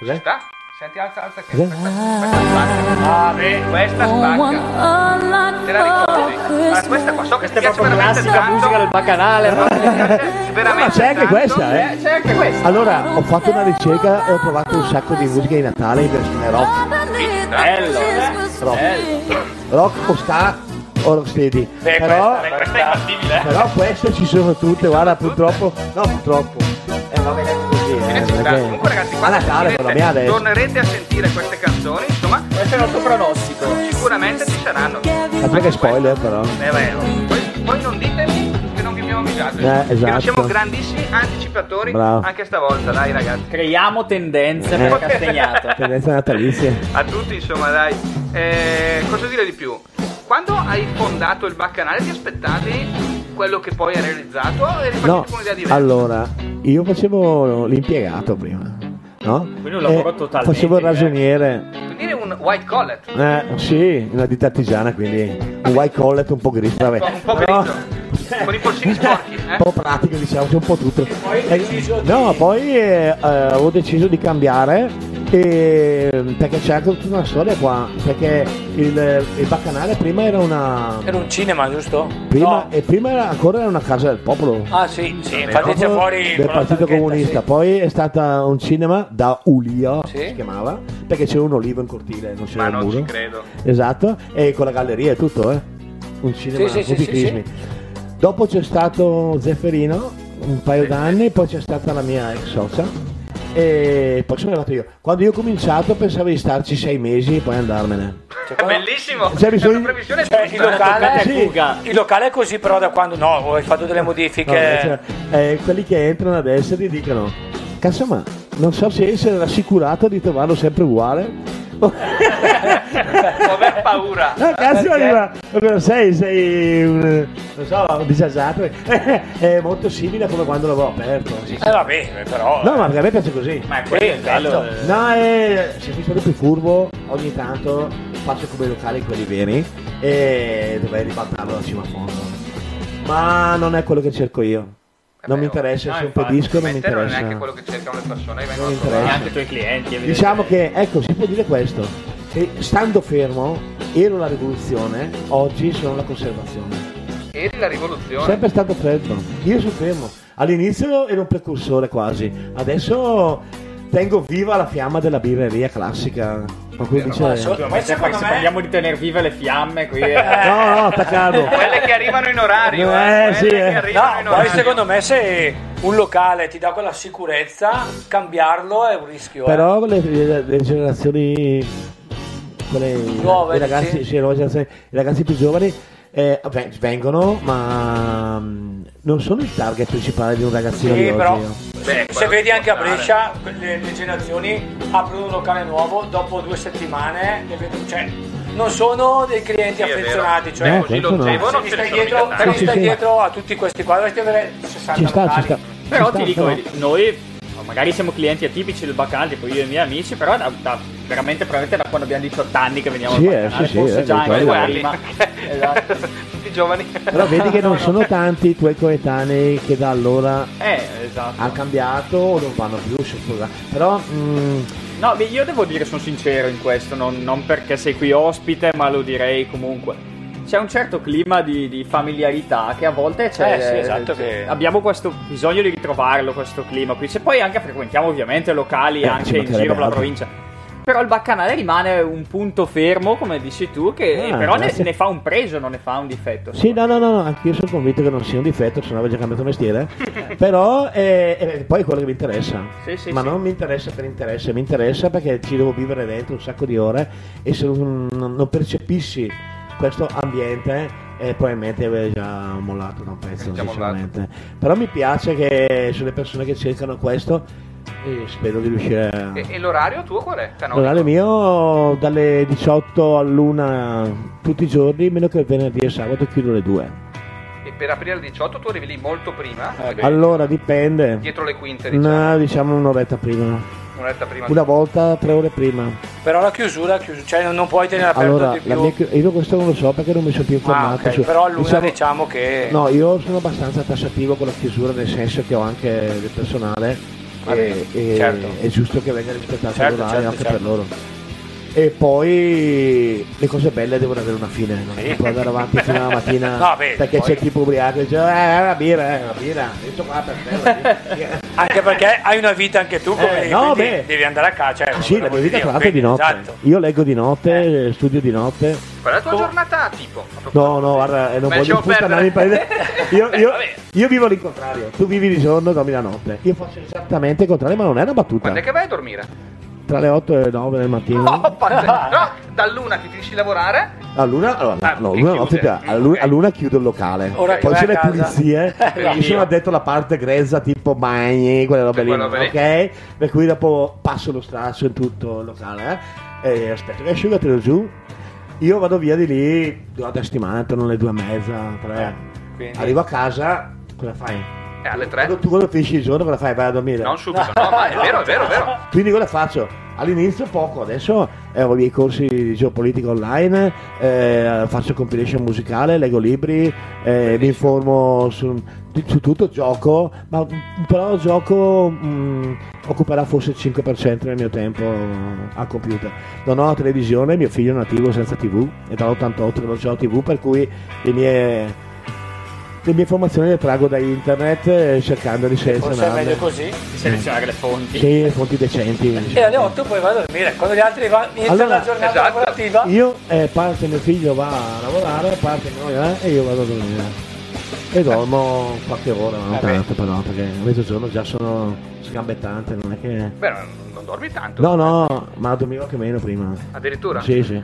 S7: Cos'è?
S5: Sta? Senti, alza, alza che
S7: Cos'è?
S5: questa, questa spacca.
S6: Ah beh.
S5: Questa spacca. Te la ricordi? Ma questa qua so che ti
S8: Questa è
S5: piace
S8: proprio
S5: veramente
S8: classica musica del
S5: tanto.
S8: bacanale. proprio.
S5: Veramente
S7: Ma c'è anche
S5: tanto.
S7: questa, eh?
S8: C'è anche questa.
S7: Allora, ho fatto una ricerca e ho trovato un sacco di musica di Natale in versione rock.
S8: Bello. eh.
S7: Rock, rock o ska o rocksteady.
S6: Beh,
S7: Però,
S6: questa-
S5: Certo. Questa è imbattibile, eh.
S7: però queste ci sono tutte, guarda, purtroppo. No, purtroppo. Eh, va bene così, eh,
S5: Eh, ci sta.
S7: perché-
S5: Comunque, ragazzi,
S7: a
S5: quando
S7: Natale però mi ha
S5: sentirete,
S7: detto.
S5: tornerete a sentire queste canzoni, insomma,
S8: Questo è il nostro pronostico.
S5: sicuramente ci saranno.
S7: Aspetta che spoiler però.
S5: Eh, beh, poi, poi non ditemi che non vi abbiamo avvisato.
S7: Eh,
S5: Che
S7: esatto.
S5: non siamo grandissimi anticipatori
S7: Bravo.
S5: anche stavolta, dai, ragazzi.
S8: Creiamo tendenze
S7: Eh.
S8: per Castagnato.
S7: Tendenza natalizia.
S5: A tutti, insomma, dai. Eh, cosa dire di più? Quando hai fondato il baccanale, ti aspettavi quello che poi hai realizzato e ripartiti
S7: No,
S5: con un'idea diversa?
S7: allora, io facevo l'impiegato prima. No?
S8: Quindi un lavoro
S7: Eh,
S8: totalmente
S7: Facevo il
S8: diverso.
S7: ragioniere.
S5: Quindi eri un white collar.
S7: Eh, sì, una ditta artigiana, quindi un white collet un po' grigio. Vabbè.
S5: Un po'
S7: Però-
S5: grigio. Con i polsini sporchi, eh?
S7: Un po' pratico, diciamo, c'è un po' tutto.
S6: poi hai
S7: Eh,
S6: deciso di-
S7: No, poi eh, eh, ho deciso di cambiare e- perché c'è anche tutta una storia qua. Perché il, il baccanale prima era una.
S6: Era un cinema, giusto?
S7: Prima,
S6: No.
S7: E prima era ancora una casa del popolo.
S6: Ah sì, sì, infatti c'è
S7: Dopo
S6: fuori
S7: del
S6: con la
S7: Partito
S6: targhetta,
S7: Comunista,
S6: sì.
S7: poi è stata un cinema da Ulia,
S6: Sì.
S7: si chiamava, perché c'era un olivo in cortile, non c'era
S5: Ma
S7: il
S5: non
S7: muro.
S5: ci credo.
S7: Esatto, e con la galleria e tutto, eh. Un cinema
S6: Sì, sì, sì,
S7: tutti i
S6: sì,
S7: crismi. Dopo c'è stato Zefferino un paio d'anni, poi c'è stata la mia ex socia e poi sono arrivato io. Quando io ho cominciato pensavo di starci sei mesi e poi andarmene.
S5: È bellissimo.
S7: Cioè, mi
S5: È
S7: sono-
S5: una previsione
S6: Cioè,
S5: giusta,
S6: il
S5: eh.
S6: locale,
S7: Sì.
S8: Fuga.
S6: il locale è così però da quando no, hai fatto delle
S7: No,
S6: modifiche.
S7: cioè, eh, quelli che entrano ad essere dicono cazzo ma non so se essere rassicurato di trovarlo sempre uguale no
S5: Può aver paura.
S7: cazzo arriva proprio sei sei un, non so un disagiato è molto simile a come quando l'avevo aperto
S6: Eh vabbè, però. certo.
S7: no ma perché a me piace così
S8: Ma è quello è il bello.
S7: No, eh, se mi sono più furbo, ogni tanto faccio come i locali quelli veri e dovrei ribaltarlo da cima a fondo. Ma non è quello che cerco io. Non
S5: Eh beh,
S7: mi interessa,
S8: no,
S7: se un
S8: infatti,
S7: pedisco non mi
S5: Ovviamente non è
S7: interessa.
S5: neanche quello che cercano le persone, che
S7: Non
S5: vengono a
S7: interessa.
S5: trovare.
S8: Neanche i tuoi clienti. evidentemente.
S7: Diciamo che, ecco, si può dire questo, che stando fermo ero la rivoluzione, oggi sono la conservazione.
S5: Eri la rivoluzione.
S7: Sempre stato fermo, io sono fermo. All'inizio ero un precursore quasi, adesso tengo viva la fiamma della birreria classica. Proprio dice...
S6: Ma so- ma
S8: Ma se,
S6: secondo
S8: se
S6: me- Eh,
S8: parliamo di tenere vive le fiamme, qui eh. è...
S7: No, no, attaccato.
S5: Quelle che arrivano in orario,
S7: Esatto. Eh,
S5: eh.
S7: sì,
S5: Quelle che
S7: eh.
S5: arrivano
S6: No,
S5: in
S6: poi
S5: orario.
S6: secondo me se un locale ti dà quella sicurezza, cambiarlo è un rischio. eh.
S7: Però le, le- le generazioni quelle,
S6: Nuove,
S7: i ragazzi,
S6: dici?
S7: sì, le nuove generazioni, i ragazzi più giovani eh, vabbè, vengono, ma mm, non sono il target principale di un ragazzino
S6: Sì,
S7: di oggi.
S6: però
S7: io.
S6: se vedi anche a Brescia le, le generazioni aprono un locale nuovo dopo due settimane le vedo- cioè, non sono dei clienti affezionati cioè
S7: No, così certo longevano
S6: se
S7: no.
S6: ti
S7: ce ne
S6: stai,
S7: sono
S6: dietro, se
S7: mica
S6: ti
S7: tanti.
S6: stai
S7: Sì, sì.
S6: dietro a tutti questi qua dovresti avere 60
S7: Ci sta, ci
S6: locali.
S7: sta.
S8: Però
S7: Ci
S8: ti dico,
S7: sta,
S8: noi magari siamo clienti atipici del Bacchanal, tipo io e i miei amici, però da, da- veramente probabilmente da quando abbiamo 18 anni che veniamo
S7: Sì,
S8: al
S7: eh,
S8: Bacchanal,
S7: sì, sì,
S8: forse
S7: eh,
S8: già anche
S7: ricordo.
S8: prima. Esatto.
S5: Tutti giovani.
S7: Però vedi che non sono tanti i tuoi coetanei che da allora
S8: Eh, esatto.
S7: hanno cambiato o non vanno più, scusa. Però mm,
S8: No, beh, io devo dire, sono sincero in questo, non, non perché sei qui ospite, ma lo direi comunque. C'è un certo clima di, di familiarità che a volte c'è.
S6: Eh, sì, esatto,
S8: c'è-
S6: che-
S8: Abbiamo questo bisogno di ritrovarlo, questo clima qui. Se poi anche frequentiamo ovviamente locali
S7: Eh, ci
S8: anche in
S7: mancherebbe
S8: giro per la
S7: altro.
S8: provincia. Però il baccanale rimane un punto fermo, come dici tu,
S6: Eh,
S8: che
S7: Ah,
S8: però ne,
S7: grazie.
S8: ne fa un pregio, non ne fa un difetto.
S7: Sì, no, no, no, no, anche io sono convinto che non sia un difetto, se no avevo già cambiato mestiere. Però eh, eh, poi è quello che mi interessa.
S8: Sì, sì,
S7: Ma
S8: sì.
S7: non mi interessa per interesse, mi interessa perché ci devo vivere dentro un sacco di ore e se non, non percepissi questo ambiente eh, probabilmente avrei già mollato da un pezzo,
S5: Già
S7: sinceramente. Però mi piace che sulle persone che cercano questo eh, spero di riuscire a...
S5: E, e l'orario tuo qual è? Cioè, Canonico?
S7: L'orario mio dalle 18 all'una tutti i giorni, meno che il venerdì e sabato chiudo le 2.
S5: E per aprire alle 18 tu arrivi lì molto prima,
S6: Ah, Eh,
S5: perché
S7: Allora dipende.
S5: dietro le quinte, diciamo,
S7: No, diciamo un'oretta prima.
S5: un'oretta prima.
S7: Una volta, tre ore prima.
S6: però la chiusura, chius- cioè non- non puoi tenere aperto
S7: Allora,
S6: di
S7: la
S6: più
S7: mia chi- io questo non lo so perché non mi sono più
S6: Ah,
S7: informato.
S6: ok,
S7: su-
S6: però all'una diciamo,
S7: diciamo-
S6: che
S7: No, io sono abbastanza tassativo con la chiusura, nel senso che ho anche del personale.
S6: Va bene,
S7: e-
S6: certo.
S7: È giusto che venga rispettato
S6: Certo,
S7: l'orario
S6: certo,
S7: anche
S6: certo.
S7: per loro. E poi le cose belle devono avere una fine, non è che puoi andare avanti fino alla mattina
S6: No, beh,
S7: perché
S6: poi-
S7: c'è il tipo ubriaco e dice eh, una birra, eh, una birra, io sto qua per te. una birra."
S6: anche perché hai una vita anche tu come
S7: Eh, no,
S6: quindi
S7: beh. Ah,
S6: devi andare a caccia eh,
S7: Sì, la
S6: voglio
S7: mia vita
S6: dire,
S7: tra l'altro è
S6: quindi,
S7: di notte.
S6: esatto.
S7: Io leggo di notte, eh, studio di notte.
S5: Qual è la tua giornata tipo?
S7: Oh. No, no, guarda, eh, non
S5: Beh,
S7: voglio
S5: lasciamo
S7: sputtanarmi
S5: perdere.
S7: per- Io, io, io vivo l'incontrario. Tu vivi di giorno, dormi la notte. Io faccio esattamente il contrario, ma non è una battuta.
S5: Quando è che vai a dormire?
S7: Tra le 8 e le 9 del mattino.
S5: Oh, pazzesco. No, dall'una che finisci di lavorare,
S7: All'una, allora,
S5: Ah,
S7: no,
S5: che chiude.
S7: all'una, notte,
S5: Mm,
S7: all'una,
S5: ok.
S7: all'una chiudo il locale.
S6: Ora che
S7: Poi
S6: vai
S7: c'è
S6: a
S7: le
S6: casa.
S7: pulizie.
S5: Eh,
S7: Mi sono
S5: io.
S7: detto la parte grezza tipo bagni, quella roba lì.
S5: Quella roba lì.
S7: Ok? Per cui dopo passo lo straccio in tutto il locale. eh, E aspetto che asciuga, tiro giù. Io vado via di lì durante la settimana, intorno alle due e mezza, tre.
S6: Quindi-
S7: Arrivo a casa, cosa fai?
S5: è alle
S7: Quando
S5: 3.
S7: tu quando finisci il giorno cosa fai? Vai a dormire.
S5: Non subito, no, ma è vero, è vero, è vero.
S7: Quindi cosa faccio? All'inizio poco, adesso eh, ho i miei corsi di geopolitica online, eh, faccio compilation musicale, leggo libri, eh, mi informo su, di- su tutto, gioco, ma mm, però gioco mm, occuperà forse il 5% del mio tempo mm, al computer. Non ho la televisione, mio figlio è nativo senza tv, è dall'88 che non c'è la tv, per cui le mie, le mie informazioni le trago da internet eh, cercando di
S6: forse è
S7: selezionarle.
S6: meglio così
S8: Di selezionare le fonti.
S7: Sì, fonti decenti.
S6: e alle 8 poi vai a dormire quando gli altri va- iniziano
S7: Allora,
S6: la giornata
S5: esatto.
S6: lavorativa
S7: Io eh, parte mio figlio va a lavorare, parte noi eh, e io vado a dormire. E dormo qualche ora, non
S6: Eh beh.
S7: tanto però, perché a mezzogiorno già sono sgambettante, non è che.
S5: Beh, non non dormi tanto.
S7: No, no, ma dormivo anche meno prima.
S5: Addirittura?
S7: Sì, sì.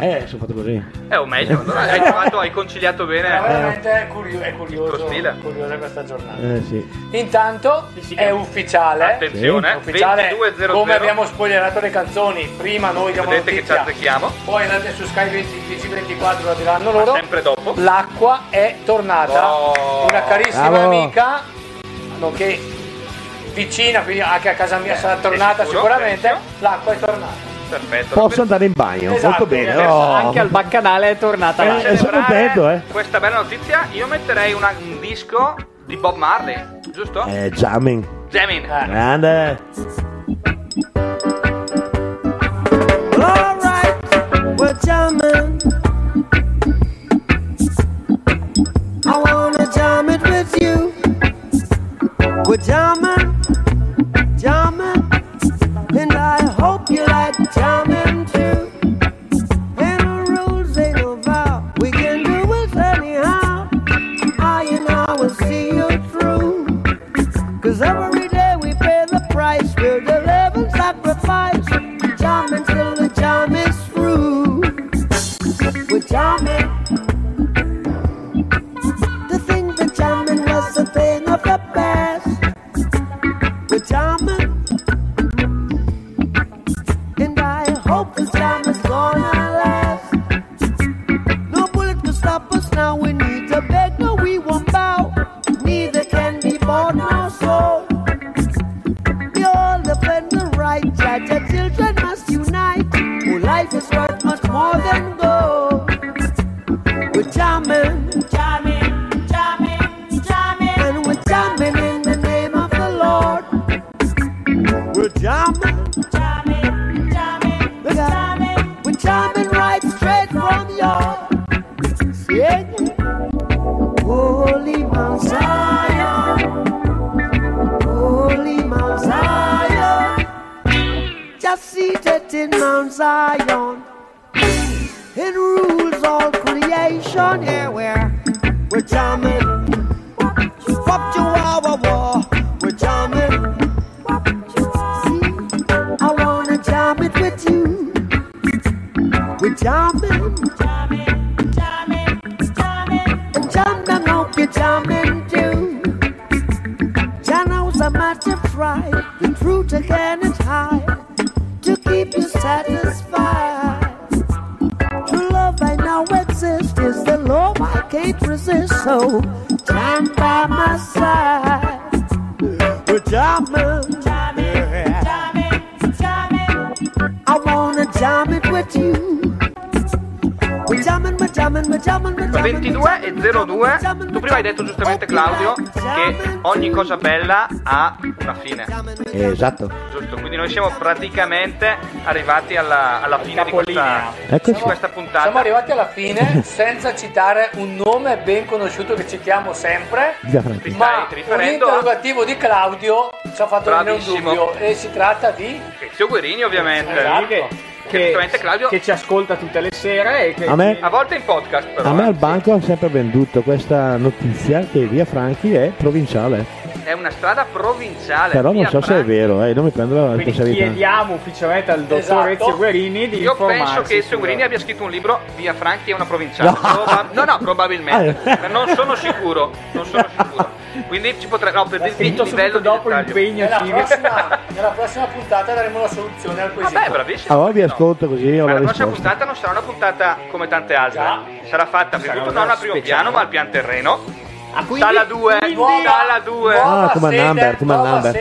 S7: Eh, sono fatto così.
S5: Eh, o meglio, allora hai trovato, hai conciliato
S7: eh,
S6: Però
S5: bene.
S6: veramente è curio- è
S5: Il tuo
S6: curioso,
S5: stile.
S6: curiosa questa giornata
S7: Eh sì.
S6: intanto è ufficiale
S5: Attenzione,
S6: è ufficiale
S5: 22.00.
S6: come abbiamo spoilerato le canzoni prima noi diamo
S5: Vedete che ci
S6: notizia
S5: azzecchiamo.
S6: poi andate su Sky 20, 24 lo diranno loro
S5: Sempre dopo.
S6: l'acqua è tornata
S5: Oh.
S6: una carissima
S7: Bravo.
S6: amica nonché vicina quindi anche a casa mia sarà tornata
S5: Eh, sicuro,
S6: sicuramente
S5: penso.
S6: l'acqua è tornata
S5: Perfetto.
S7: Posso andare in bagno,
S6: Esatto,
S7: molto bene.
S6: adesso
S7: oh.
S8: Anche al Baccanale è tornata
S7: Eh,
S8: la-
S7: eh, sono
S5: celebrare
S7: contento, eh.
S5: Questa bella notizia, io metterei una- un disco di Bob Marley, giusto?
S7: Eh, jamming.
S5: Jamin.
S6: Eh.
S7: Grande.
S14: Alright, we're jamming. I wanna jam it with you. We're jamming, jamming, and I hope you like jamming too. And the rules ain't no vow, we can do it anyhow. I and I will see you through. Cause every day we pay the price, we're the living sacrifice. Jamming till the jam is through. We're jamming. To think that jamming was a
S13: Zion. It rules all creation. Yeah, we're we're jamming. Fuck Chihuahua war. We're jamming. See, I wanna jam it with you. We're jamming. And John don't know you jamming too. John knows I might have tried and fruit again and high to keep you satisfied. True love I know exists is the love I can't resist. So John by my side. We're jamming. I wanna jam it with you. We're jamming, we're jamming, we're jamming, we're jamming.
S5: 22 e 02. Tu prima hai detto giustamente Claudio che ogni cosa bella ha una fine.
S7: Eh, esatto.
S5: Giusto, quindi noi siamo praticamente arrivati alla, alla fine di questa,
S7: Eccoci.
S5: di questa puntata.
S6: Siamo arrivati alla fine senza citare un nome ben conosciuto che citiamo sempre.
S7: Via Franco.
S5: Ti
S6: Ma
S5: stai
S6: un
S5: riferendo a
S6: interrogativo di Claudio ci ha fatto venire un
S5: Bravissimo.
S6: dubbio e si tratta di...
S5: Ezio Guerini ovviamente.
S6: Esatto.
S5: Che, giustamente Claudio
S8: che ci ascolta tutte le sere e che
S7: A me-
S5: a volte in podcast però.
S7: A me
S5: eh.
S7: al banco ha sempre venduto questa notizia che via Franchi è provinciale.
S5: eh. È una strada provinciale.
S7: Però non
S5: via
S7: so se è
S5: Franchi.
S7: vero, eh, non mi prendo la
S8: quindi
S7: responsabilità.
S8: chiediamo ufficialmente al dottor
S5: Esatto.
S8: Ezio Guerini di
S5: Io
S8: informarsi
S5: penso che Ezio
S8: sulla-
S5: Guerini abbia scritto un libro Via Franchi è una provinciale.
S8: No.
S5: Proba- no, no, probabilmente.
S8: Ah, eh.
S5: Non sono sicuro. Non sono sicuro. Quindi ci potrebbe. No, per dirti il
S8: scritto
S5: livello
S8: subito
S5: di
S8: dopo Ah,
S5: dettaglio.
S8: l'impegno
S6: Nella
S5: Ah,
S6: prossima, nella prossima puntata daremo la soluzione al quesito.
S5: Vabbè, bravissimo.
S7: Allora vi Ah, ascolto così io ho
S5: Ma
S7: la
S5: la prossima
S7: risposta.
S5: puntata non sarà una puntata come tante altre. Sarà fatta prima di tutto non al primo piano, ma al pian terreno.
S8: Ah,
S5: sala 2, sala 2.
S7: Ah, come al number, come al number.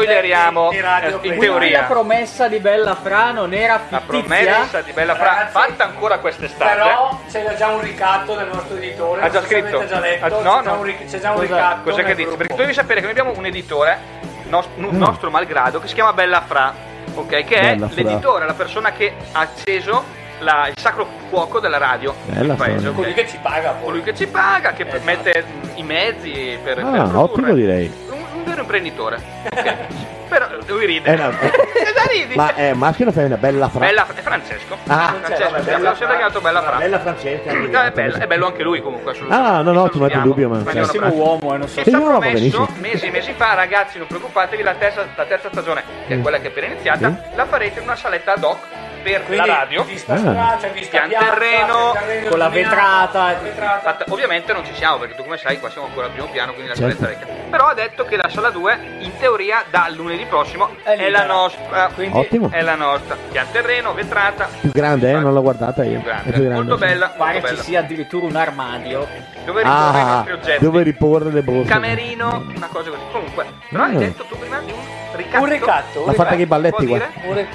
S5: Spoileriamo eh, in
S8: Quindi la
S5: teoria.
S8: promessa di Bella Fra non era fittizia.
S5: Promessa di Bella Fra fatta ancora quest'estate.
S6: Però c'è già un ricatto del nostro editore.
S5: Ha già
S6: non so se
S5: scritto?
S6: avete già letto,
S5: Ah,
S6: c'è, già un, ric- c'è già un
S5: Cosa-
S6: ricatto.
S5: Cos'è che
S6: nel
S5: dici?
S6: gruppo.
S5: Perché tu devi sapere che noi abbiamo un editore, nos- un nostro malgrado, che si chiama Bella Fra, ok? Che
S7: Mm. Bella
S5: è
S7: Fra.
S5: l'editore, la persona che ha acceso la- il sacro fuoco della radio
S7: Bella
S5: del paese.
S7: Fra.
S5: ok?
S6: Colui che Esatto. ci paga poi.
S5: Colui che ci paga, che mette i mezzi per, per produrre.
S7: Ah, ottimo direi.
S5: Un, un vero imprenditore. ok? Però lui ride.
S7: Eh, no, eh.
S5: Cosa ridi?
S7: Ma è maschio o femmina? Bella fra.
S5: Bella Fra- è Francesco.
S7: Ah.
S5: Francesco,
S7: Vabbè,
S5: sì, abbiamo sempre chiamato Bella Fra.
S7: Bella Francesca.
S5: No, è, bello, è bello anche lui comunque assolutamente.
S7: Ah, no, no, ottimo, metto in dubbio, ma...
S8: Bellissimo uomo, eh, non so.
S5: Ci ha
S7: Sì, no, va
S5: promesso
S7: benissimo.
S5: mesi e mesi fa, ragazzi, non preoccupatevi, la terza, la terza stagione, che è
S7: Mm.
S5: quella che è appena iniziata,
S7: Sì.
S5: la farete in una saletta ad hoc per la radio.
S6: Vista
S7: Ah.
S6: straccia, vista
S5: Pian
S6: piazza,
S5: terreno,
S6: pian
S8: con la
S6: terreno,
S8: vetrata.
S6: vetrata.
S5: Fatta- ovviamente non ci siamo perché tu come sai qua siamo ancora al primo piano quindi la
S7: Certo.
S5: saletta è vecchia. Però ha detto che la sala 2 in teoria da lunedì prossimo
S6: È
S5: è, la
S6: libera.
S5: nostra. eh. Quindi
S7: Ottimo.
S5: è la nostra. Pian terreno, vetrata.
S7: Più grande, eh? Non l'ho guardata io. È più grande.
S5: Molto
S7: sì.
S5: bella, molto
S8: Pare ci
S5: bella.
S8: sia addirittura un armadio.
S5: Dove riporre i
S7: Ah,
S5: nostri oggetti?
S7: dove riporre le
S5: un
S7: borse.
S5: camerino, una cosa così. Comunque, però hai
S7: Mm.
S5: detto tu prima di un ricatto.
S6: Un ricatto, un
S7: L'ha fatta
S6: ricatto.
S7: che i balletti
S5: Può
S7: qua.
S5: dire?
S6: Un ric-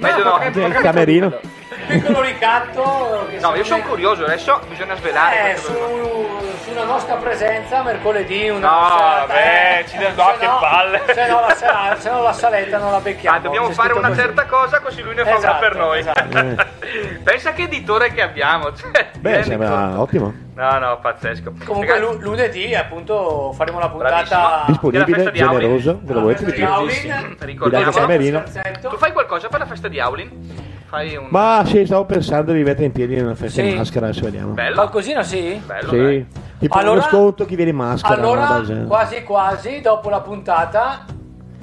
S5: Meglio no.
S7: Del camerino.
S6: un piccolo ricatto. che
S5: No, io sono
S6: secondo
S5: curioso, adesso bisogna
S6: me-
S5: svelare.
S6: Eh,
S5: queste
S6: su,
S5: cose.
S6: sulla nostra presenza mercoledì una
S5: No,
S6: serata,
S5: vabbè,
S6: eh.
S5: ci deve- no,
S6: Se
S5: che palle.
S6: Se no, la, sera- se no la saletta non la becchiamo.
S5: Ah, dobbiamo
S6: c'è
S5: fare
S6: scritto
S5: una
S6: così.
S5: certa cosa così lui ne fa
S6: Esatto,
S5: una per noi.
S6: esatto.
S5: Pensa che editore che abbiamo. cioè, ti
S7: Eh. Beh,
S5: rendi
S7: sembra
S5: conto?
S7: ottimo.
S5: No, no, pazzesco.
S6: Comunque
S5: Ragazzi,
S6: lu- lunedì appunto faremo la
S5: Bravissimo.
S6: puntata
S7: Disponibile,
S5: Della festa di Audi.
S7: generoso, ve lo volete
S6: di
S7: dire.
S6: Howlin.
S7: Dai,
S5: ricordiamo.
S7: camerino.
S5: Tu fai qualcosa per la festa di Aulin? Fai un
S7: Ma sì, stavo pensando di mettere in piedi una festa
S6: Sì.
S7: in maschera, se vediamo.
S5: bello,
S6: Qualcosina sì?
S5: bello.
S7: Sì.
S5: dai.
S7: Tipo
S6: Allora-
S7: uno sconto chi viene in maschera. una roba
S6: Allora,
S7: del genere.
S6: quasi quasi, dopo la puntata,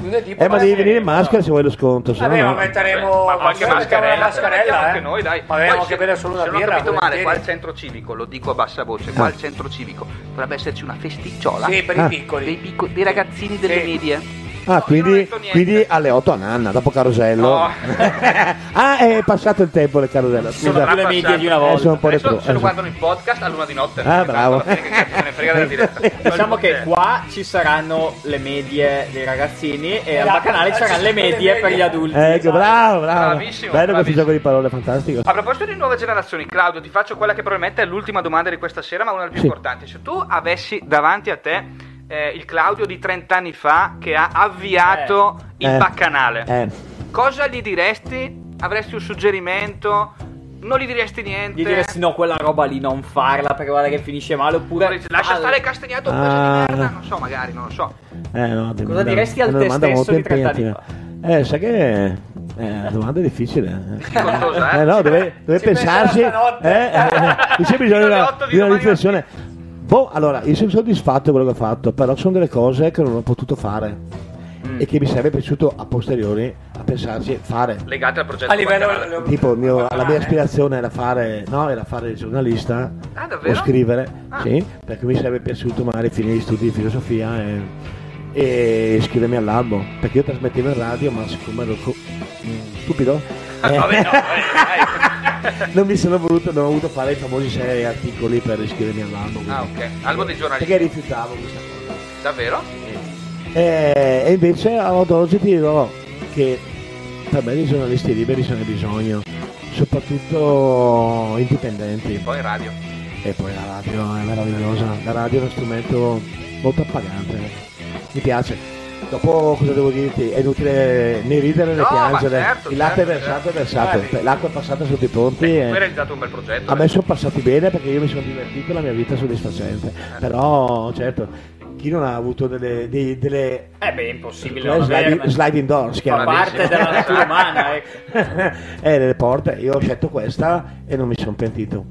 S6: lunedì
S7: Eh, ma
S6: potrebbe-
S7: devi venire in maschera se vuoi lo sconto, se
S6: Vabbè,
S7: no
S6: ma
S7: no.
S6: metteremo
S5: Ma qualche
S6: metteremo una
S5: mascherella,
S6: mascherella, eh.
S5: anche noi, dai.
S6: Ma abbiamo
S5: Poi,
S6: anche
S5: se-
S6: bere solo una
S5: se non ho
S6: birra.
S5: capito male, qua al
S6: volentieri.
S5: centro civico, lo dico a bassa voce, qua al centro civico dovrebbe esserci una festicciola
S6: Sì, per
S7: Ah.
S6: i piccoli.
S5: dei, picco- dei ragazzini delle
S6: Sì.
S5: medie.
S7: Ah,
S5: non ho
S7: quindi,
S5: detto niente.
S7: quindi alle 8 a Nanna, dopo Carosello.
S5: No.
S7: ah, è passato il tempo del
S8: Sono
S7: Carosello.
S8: più
S7: Scusa,
S5: tra-
S8: le medie di una
S7: eh, sono un
S8: volta.
S7: po'
S5: Adesso
S7: retro.
S5: se lo
S7: eh,
S5: guardano in podcast a luna di notte.
S7: Ah,
S5: Esatto,
S7: bravo.
S5: alla fine che Se ne frega della diretta. cioè,
S8: Diciamo che qua ci saranno le medie dei ragazzini
S7: Eh,
S8: e al canale ci saranno le medie per gli adulti.
S6: Esatto,
S7: Ecco, bravo, bravo.
S5: Bravissimo,
S7: Bello questo
S5: bravissimo.
S7: gioco di parole, fantastico.
S5: A proposito di nuove generazioni, Claudio, ti faccio quella che probabilmente è l'ultima domanda di questa sera, ma una delle più
S7: Sì.
S5: importanti. Se tu avessi davanti a te eh, il Claudio di 30 anni fa che ha avviato il
S7: Eh.
S5: baccanale,
S7: Eh.
S5: cosa gli diresti? Avresti un suggerimento? Non gli diresti niente?
S8: Gli diresti no, quella roba lì non farla perché guarda che finisce male oppure...
S5: Dici, Lascia
S8: Ah,
S5: stare Castagnato, un
S7: Ah.
S5: peso di merda, non so, magari, non lo so.
S7: Eh, no,
S8: Cosa diresti al te stesso di 30 anni
S7: fa? Eh, sai che Eh, la domanda è difficile. eh.
S5: Costosa, eh?
S7: Eh, no, deve, deve
S5: Ci
S7: pensarci.
S5: penserà stanotte.
S7: eh, eh, eh. C'è bisogno di
S5: Alle
S7: una,
S5: otto di
S7: di una
S5: domani
S7: riflessione. Boh, allora, io sono soddisfatto di quello che ho fatto, però sono delle cose che non ho potuto fare
S5: Mm.
S7: e che mi sarebbe piaciuto a posteriori a pensarci fare.
S5: Legate al progetto. Guantanamo.
S7: Tipo il mio- la
S5: eh.
S7: mia aspirazione era fare, no, era fare il giornalista
S5: Ah, davvero?
S7: o scrivere,
S5: Ah.
S7: sì, perché mi sarebbe piaciuto magari finire gli studi di filosofia e, e iscrivermi all'albo, perché io trasmettevo in radio, ma siccome ero co- mm, stupido,
S5: Ah,
S7: eh, non mi sono voluto, non ho voluto fare i famosi sei articoli per iscrivermi all'albo.
S5: Ah, ok. Albo dei giornalisti.
S7: Perché rifiutavo questa cosa.
S5: Davvero?
S7: Eh, E, e invece ad oggi ti dirò che per me dei giornalisti liberi ce n'è bisogno, soprattutto indipendenti.
S5: Poi radio.
S7: E poi la radio è meravigliosa, la radio è uno strumento molto appagante, mi piace. Dopo cosa devo dirti? È inutile né ridere né
S5: No, ma
S7: piangere.
S5: certo,
S7: Il latte è
S5: certo,
S7: versato, è
S5: certo.
S7: versato. Cioè,
S5: Guardi. Eh,
S7: L'acqua è passata sotto i ponti.
S5: Beh,
S7: e-
S5: Poi hai realizzato un bel progetto.
S7: a me
S5: eh.
S7: sono passati bene perché io mi sono divertito, la mia vita è soddisfacente.
S5: Eh.
S7: Però, certo, chi non ha avuto delle, dei- delle
S8: Eh beh, è impossibile.
S7: eh,
S8: non
S7: sliding,
S8: averne.
S7: sliding doors,
S8: Fa parte della natura umana,
S6: eh.
S8: ecco.
S7: e Eh, delle porte. Io ho scelto questa e non mi sono pentito.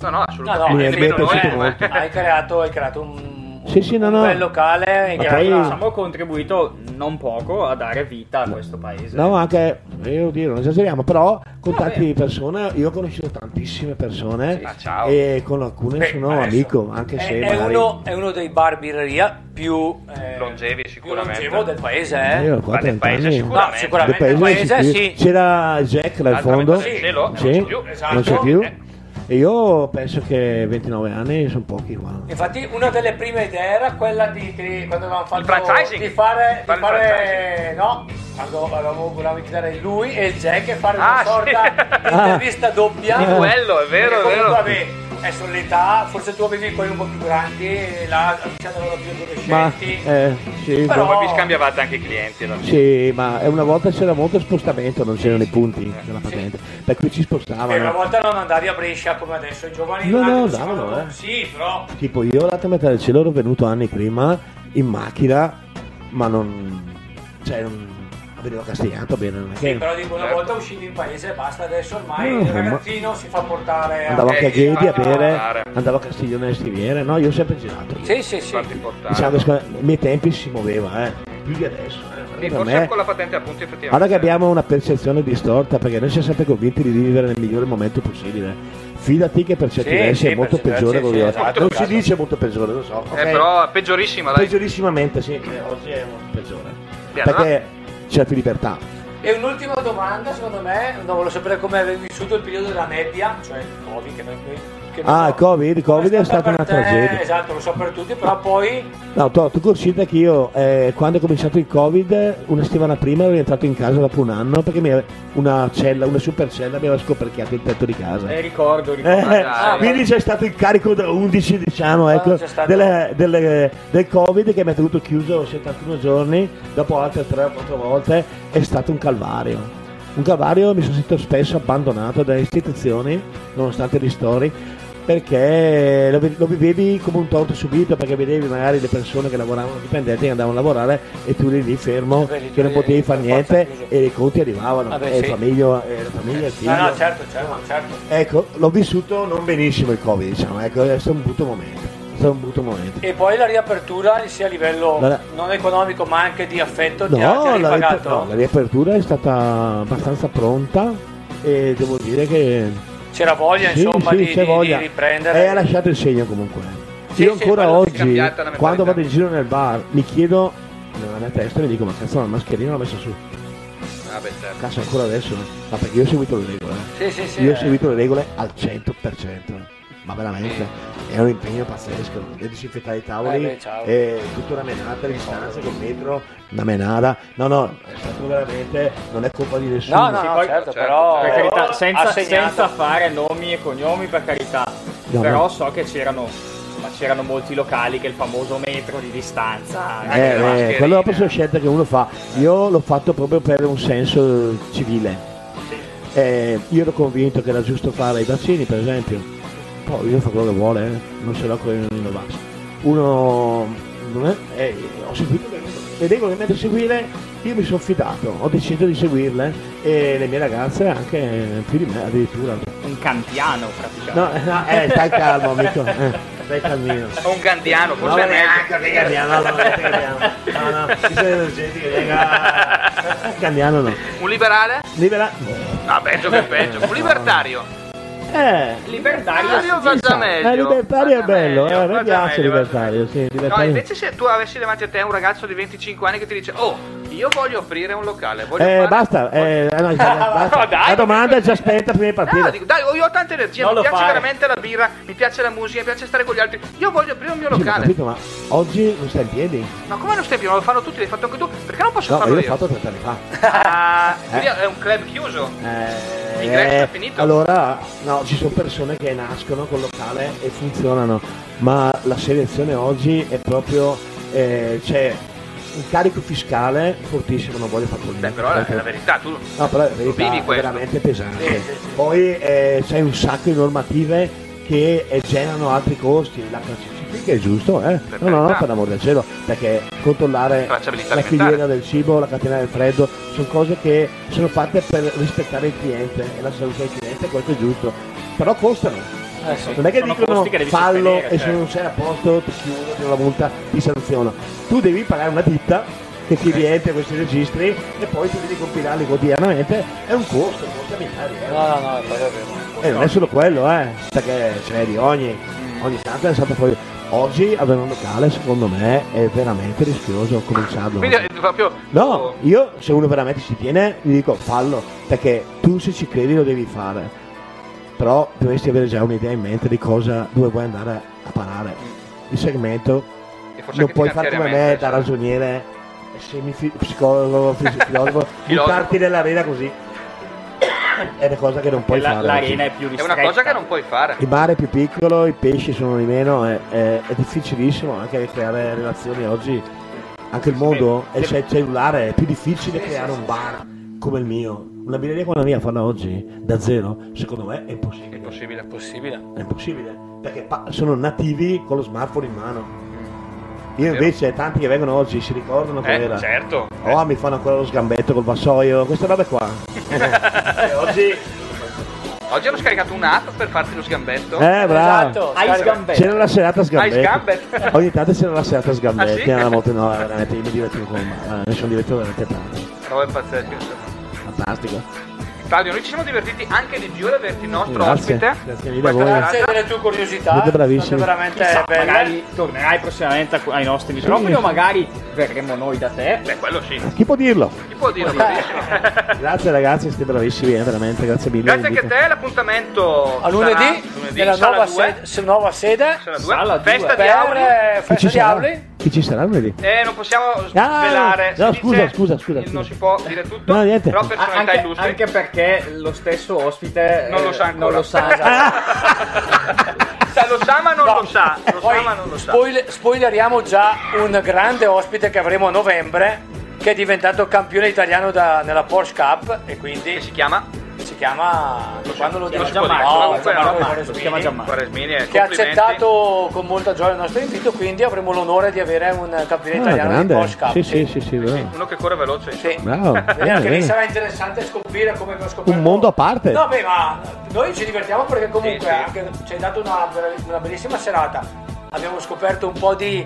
S5: No, no, assolutamente.
S7: Mi è- mi è
S5: Nemmeno noi,
S7: piaciuto
S5: eh.
S7: molto.
S6: Hai creato, hai creato un
S7: Sì, sì, no, no.
S6: bel locale
S7: Ma
S6: che
S7: poi-
S8: Abbiamo contribuito non poco a dare vita a questo
S6: Esatto.
S8: paese.
S7: No, anche, io dire, non esageriamo, però con tante persone, io ho conosciuto tantissime persone
S6: Ah,
S7: e con alcune sono amico, anche se
S6: Eh, è,
S7: magari...
S6: uno, è uno dei bar birreria più eh,
S5: longevi sicuramente.
S6: longevo del paese, eh.
S7: Io ho 40 anni.
S6: No, sicuramente.
S7: Del paese
S6: Del paese,
S7: sì.
S6: sì.
S7: C'era Jack là in
S6: L'altra
S7: fondo.
S6: metà del cielo,
S7: Sì,
S6: non c'è più,
S7: non c'è
S6: esatto.
S7: più.
S6: Eh.
S7: E io penso che 29 anni sono pochi qua.
S6: Infatti, una delle prime idee era quella di, di- quando avevamo fatto
S5: franchising.
S6: di fare, di
S5: Fare il
S6: fare-
S5: franchising.
S6: no, quando avevamo volevamo invitare lui e il Jack e fare
S5: Ah,
S6: una
S5: sì.
S6: sorta di intervista doppia.
S5: Di
S7: Ah,
S5: quello, è vero,
S6: Perché
S5: è vero.
S6: comunque, Vabbè, è sull'età, forse tu avevi quelli un po' più grandi, là c'erano più
S7: Ma,
S6: adolescenti.
S7: eh, sì,
S5: Però
S7: boh.
S5: poi vi scambiavate anche i clienti. allora.
S7: Sì, ma eh, una volta c'era molto spostamento, non c'erano i punti della patente, per cui ci
S6: E una
S7: spostavano.
S6: volta non andavi a Brescia come adesso i giovani
S7: No,
S6: un attimo
S7: no,
S6: si
S7: andavano,
S6: fanno-
S7: eh.
S6: Sì, però
S7: Tipo io l'altra metà del cielo ero venuto anni prima in macchina, ma non... cioè non veniva castigato bene, non è
S6: Sì,
S7: che...
S6: però dico
S5: Certo.
S6: una volta uscivi in paese e basta, adesso ormai
S7: No,
S6: il
S7: ma-
S6: ragazzino si fa portare
S7: Andavo
S5: eh,
S7: anche a Ghedi a
S6: bere
S7: bere, andavo a Castiglione e Stiviere, no, io ho sempre girato.
S6: Sì, sì, sì.
S7: Diciamo
S5: esatto.
S7: che secondo me, ai miei tempi si muoveva, eh. Più di adesso. eh.
S5: Sì,
S7: Per
S5: forse
S7: me-
S5: con la patente appunto effettivamente.
S7: Guarda che abbiamo una percezione distorta perché noi siamo sempre convinti di vivere nel migliore momento possibile. Fidati che per certi
S5: Sì,
S7: versi
S5: sì,
S7: è molto
S5: per certi
S7: peggiore
S5: versi,
S7: quello che
S5: sì, esatto,
S7: Non si
S5: esatto.
S7: dice molto peggiore, lo so.
S5: Eh,
S7: ok?
S5: però peggiorissima, dai.
S7: Peggiorissimamente, sì, che oggi è molto peggiore.
S5: Beh, allora-
S7: Perché c'è più libertà.
S6: E un'ultima domanda, secondo me, non volevo sapere come avevi vissuto il periodo della nebbia, cioè il Covid che noi che non
S7: Ah,
S6: so.
S7: il Covid, il Covid è stata una
S6: Per te,
S7: tragedia.
S6: Esatto, lo so per tutti, però poi
S7: No, to- tu considera che io eh, quando è cominciato il Covid, una settimana prima ero rientrato in casa dopo un anno perché mi ave- una cella, una super cella mi aveva scoperchiato il tetto di casa.
S8: Eh, ricordo,
S7: Eh,
S8: ricordo. Ah,
S7: quindi c'è stato il carico da 11 diciamo ecco,
S8: c'è stato-
S7: delle- delle- del covid che mi ha tenuto chiuso 71 giorni dopo altre 3 o 4 volte è stato un calvario un calvario mi sono sentito spesso abbandonato dalle istituzioni nonostante i ristori perché lo, vi- lo vivevi come un torto subito perché vedevi magari le persone che lavoravano dipendenti che andavano a lavorare e tu eri lì fermo che non potevi fare niente e i conti arrivavano
S6: Vabbè,
S7: e
S6: sì.
S7: la famiglia e la famiglia il figlio
S6: No, no, certo, certo, certo.
S7: Ecco, l'ho vissuto non benissimo il Covid, diciamo, ecco, è stato un brutto momento. È stato un brutto momento.
S6: E poi la riapertura sia a livello
S7: La-
S6: non economico ma anche di affetto ti ha, ti ha
S7: No, la, riap-
S6: ripagato.
S7: no, la riapertura è stata abbastanza pronta e devo dire che
S6: C'era voglia,
S7: Sì,
S6: insomma,
S7: sì,
S6: di,
S7: c'è
S6: di-
S7: voglia. Eh,
S6: di riprendere.
S7: e ha lasciato il segno comunque.
S6: Sì,
S7: Io
S6: sì,
S7: ancora
S6: quello si è
S7: oggi,
S6: cambiata la mentalità.
S7: quando vado in giro nel bar, mi chiedo nella mia testa, mi dico ma cazzo la mascherina l'ho messa su,
S5: Ah, beh, certo.
S7: cazzo ancora adesso, ma perché io ho seguito le regole.
S5: Sì, sì, sì,
S7: io ho
S5: eh.
S7: seguito le regole al 100%, ma veramente è un impegno pazzesco, devo disinfettare i tavoli,
S6: Eh, beh, ciao.
S7: e tutta una menata, le distanze col metro, una menata, no no, è stato veramente, non è colpa di nessuno.
S8: No, no, no, certo, però per carità, senza,
S6: ha segnato.
S8: senza fare nomi e cognomi, per carità.
S7: No,
S8: però
S7: no.
S8: so che c'erano, ma c'erano molti locali che il famoso metro di distanza.
S7: Eh, eh, quello è proprio una scelta che uno fa. Io l'ho fatto proprio per un senso civile. Eh, io ero convinto che era giusto fare i vaccini, per esempio. Poi uno fa quello che vuole, eh. non se l'ho con il Novax. Uno mh, non è- eh, ho seguito le regole. Le regole che mi hanno da seguire, io mi sono fidato, ho deciso di seguirle e le mie ragazze anche eh, più di me addirittura.
S8: Un kantiano praticamente.
S7: No, no, eh, stai calmo amico, eh, stai calmino.
S5: O un gandiano, forse
S7: No,
S5: è meglio.
S7: no, no, no, no, ci sono energetiche, raga. Candiano no.
S5: Un liberale?
S7: Libera.
S5: No, Ah, peggio che peggio. Un libertario.
S7: Eh,
S5: Libertario faccia meglio.
S7: eh, libertario è bello, eh, mi piace libertario, sì,
S5: No,
S7: libertario.
S5: invece se tu avessi davanti a te un ragazzo di 25 anni che ti dice "Oh, io voglio aprire un locale, voglio fare
S7: Eh, basta, eh, no, basta.
S5: no, dai,
S7: la domanda è già spenta prima di
S5: No,
S7: partire.
S5: Ah, dico, dai, io ho tanta energia,
S7: Non
S5: mi
S7: lo
S5: piace
S7: fai.
S5: veramente la birra, mi piace la musica, mi piace stare con gli altri. Io voglio aprire un mio
S7: Sì, ma ho
S5: locale.
S7: capito, ma oggi non stai in piedi?
S5: Ma come non stai più? Non lo fanno tutti, l'hai fatto anche tu? Perché non posso
S7: No, ma
S5: farlo
S7: io l'ho
S5: io?
S7: fatto Eh. 30 anni fa.
S5: Ah, quindi è un club chiuso. L'ingresso
S7: Eh,
S5: è finito.
S7: allora, no, ci sono persone che nascono col locale e funzionano, ma la selezione oggi è proprio, eh, c'è un carico fiscale fortissimo, non voglio far polemica.
S5: Beh, però è la, è la verità, tu
S7: No, però la
S5: lo
S7: verità
S5: vivi
S7: è
S5: questo.
S7: veramente pesante. Poi eh, c'è un sacco di normative che eh, generano altri costi, la classifica è giusto, eh? No, no, no, per l'amor del cielo, perché controllare
S5: Tracciabilità
S7: la
S5: alimentare.
S7: filiera del cibo, la catena del freddo, sono cose che sono fatte per rispettare il cliente e la salute del cliente, questo è giusto, però costano.
S8: Eh sì,
S7: Non è che
S8: sono
S7: dicono
S8: costi che devi
S7: fallo
S8: sostenere,
S7: e se
S8: certo.
S7: non sei a posto ti chiudo, ti do una multa, ti sanziono. Tu devi pagare una ditta che ti riempie questi registri e poi tu devi compilarli quotidianamente, è un costo, costa miliardi. eh.
S6: No, no, no, è proprio vero.
S7: E non è solo quello, eh, perché c'è di ogni,
S8: Mm.
S7: ogni tanto è stato fuori. Oggi avere un locale secondo me è veramente rischioso cominciarlo.
S5: Quindi è proprio
S7: No, io se uno veramente ci tiene gli dico fallo, perché tu se ci credi lo devi fare. Però dovresti avere già un'idea in mente di cosa dove vuoi andare a parare. Il segmento
S5: forse
S7: non
S5: anche
S7: puoi fare come me
S5: finanziariamente,
S7: da ragioniere, eh, semipsicologo, filosofo, buttarti nell'arena così. È una cosa che non puoi
S8: La-
S7: fare.
S8: l'arena
S7: oggi.
S8: è più
S5: è
S8: ristretta.
S5: una cosa che non puoi fare.
S7: Il mare è più piccolo, i pesci sono di meno, è, è- è difficilissimo anche creare relazioni oggi. Anche il mondo e c'è il cellulare, è più difficile creare un bar come il mio. Una birreria come la mia farla oggi da zero, secondo me è impossibile.
S5: Possibile, possibile.
S7: È impossibile, perché pa- sono nativi con lo smartphone in mano. Io invece, tanti che vengono oggi si ricordano
S5: Eh,
S7: com'era.
S5: certo.
S7: Oh, mi fanno ancora lo sgambetto col vassoio, queste robe qua. oggi...
S5: hanno scaricato un'app per farti lo sgambetto.
S7: Eh,
S6: Esatto.
S7: bravo.
S5: Hai sgambetto.
S7: C'era la serata sgambetto.
S5: Hai sgambetto.
S7: Ogni tanto c'era la serata sgambetto.
S5: Ah, sì?
S7: Era molto, no, veramente, io mi divertivo con eh, ma mi sono divertito veramente tanto.
S5: Roba pazzesca. insomma.
S7: Fantastico.
S5: Claudio, noi ci siamo divertiti anche di più ad averti nostro
S7: Grazie.
S5: ospite.
S7: Grazie mille
S5: Questa
S7: a voi.
S5: serata-
S6: Grazie delle tue curiosità.
S7: Siete bravissimi.
S6: Sono veramente
S8: Chissà,
S6: belle.
S8: magari tornerai prossimamente a- ai nostri microfoni o magari verremo noi da te.
S5: Beh, quello sì.
S7: Chi può dirlo?
S5: Chi può dirlo?
S7: Grazie ragazzi, siete bravissimi, eh, veramente, grazie mille.
S5: Grazie anche a
S7: dell'invito.
S5: te, l'appuntamento
S6: A lunedì,
S5: sarà lunedì,
S6: nella
S5: sala
S6: nuova
S5: due.
S6: sede, se- nuova sede
S5: due.
S6: sala due,
S5: Festa di
S6: per,
S5: Auli.
S6: eh,
S7: Chi
S6: Festa
S7: ci
S6: di
S7: sarà?
S6: Auli.
S7: Chi ci sarà lunedì?
S5: Eh, non possiamo
S7: Ah,
S5: svelare.
S7: no,
S5: si
S7: scusa,
S5: dice-
S7: scusa, scusa, scusa.
S5: Non si può dire tutto.
S7: No, niente.
S5: Però personalità
S8: anche,
S5: illustri.
S8: anche perché lo stesso ospite
S5: Non lo
S8: eh,
S5: sa ancora.
S8: non lo
S6: esatto.
S8: sa.
S7: Ah,
S5: Sa- lo sa ma non lo sa. Lo sa ma non lo sa.
S6: Spoil- spoileriamo già un grande ospite che avremo a novembre che è diventato campione italiano da- nella Porsche Cup e quindi
S5: si chiama?
S6: si chiama quando lo
S5: Chiama
S6: dico
S5: Gianmarco,
S6: no,
S5: comunque,
S6: Gianmarco
S5: no,
S6: Guaresmini,
S5: si chiama Gianmarco. Guaresmini,
S6: che ha
S5: complimenti.
S6: accettato con molta gioia il nostro invito quindi avremo l'onore di avere un campione
S7: Ah,
S6: italiano di
S7: grande.
S6: Porsche Cup
S7: Sì, sì, sì, sì, bravo.
S5: Uno che corre veloce.
S7: Bravo,
S6: E
S7: bene,
S6: anche lì
S7: bene.
S6: sarà interessante scoprire come abbiamo scoperto
S7: Un mondo a parte.
S6: No, beh, ma noi ci divertiamo perché
S5: Sì,
S6: comunque
S5: sì.
S6: anche ci hai dato una, una bellissima serata. Abbiamo scoperto un po' di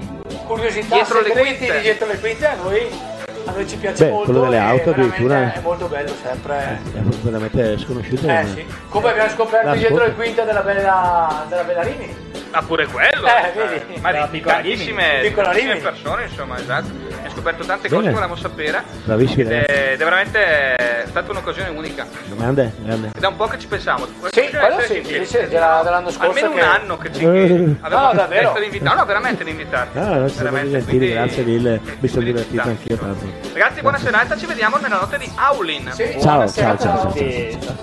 S6: curiosità
S5: Dietro le
S6: segreti
S5: quinte.
S6: di dietro le quinte a noi, a noi ci piace
S7: Beh,
S6: molto.
S7: quello delle
S6: e
S7: auto
S6: veramente
S7: addirittura. Eh,
S6: È molto bello sempre.
S7: È veramente sconosciuto.
S6: Eh, sì. Come abbiamo scoperto
S7: L'ascolto.
S6: dietro le quinte della bella, della bella Rimini.
S5: Ma pure quello. cioè,
S6: Eh, vedi.
S5: Ma
S6: La
S5: di
S6: piccola
S5: tantissime,
S6: Rimini. Piccola
S5: tantissime
S6: Rimini.
S5: persone, insomma, esatto. Ho scoperto tante
S7: Bene.
S5: cose che volevamo sapere.
S7: Bravissimi
S5: Ed
S7: ragazzi.
S5: è, ed è veramente eh, stata un'occasione unica.
S7: Grande, grande.
S5: Ed è un po' che ci pensavo.
S6: Sì, quello sì, sì, sì, della- dell'anno scorso
S5: Almeno
S6: che-
S5: un anno che ci
S7: Eh.
S5: avevo
S6: No, davvero.
S5: chiesto di invitare. No, veramente di invitare.
S7: Ah, siete molto
S5: Veramente,
S7: gentili,
S5: quindi-
S7: grazie mille. Mi sono
S5: quindi
S7: divertito
S5: ci
S7: anch'io tanto.
S5: Ragazzi, buona serata, ci vediamo nella notte di Aulin.
S6: Sì.
S7: Ciao,
S6: Buonasera,
S7: ciao,
S6: ciao.
S7: ciao, ciao, ciao.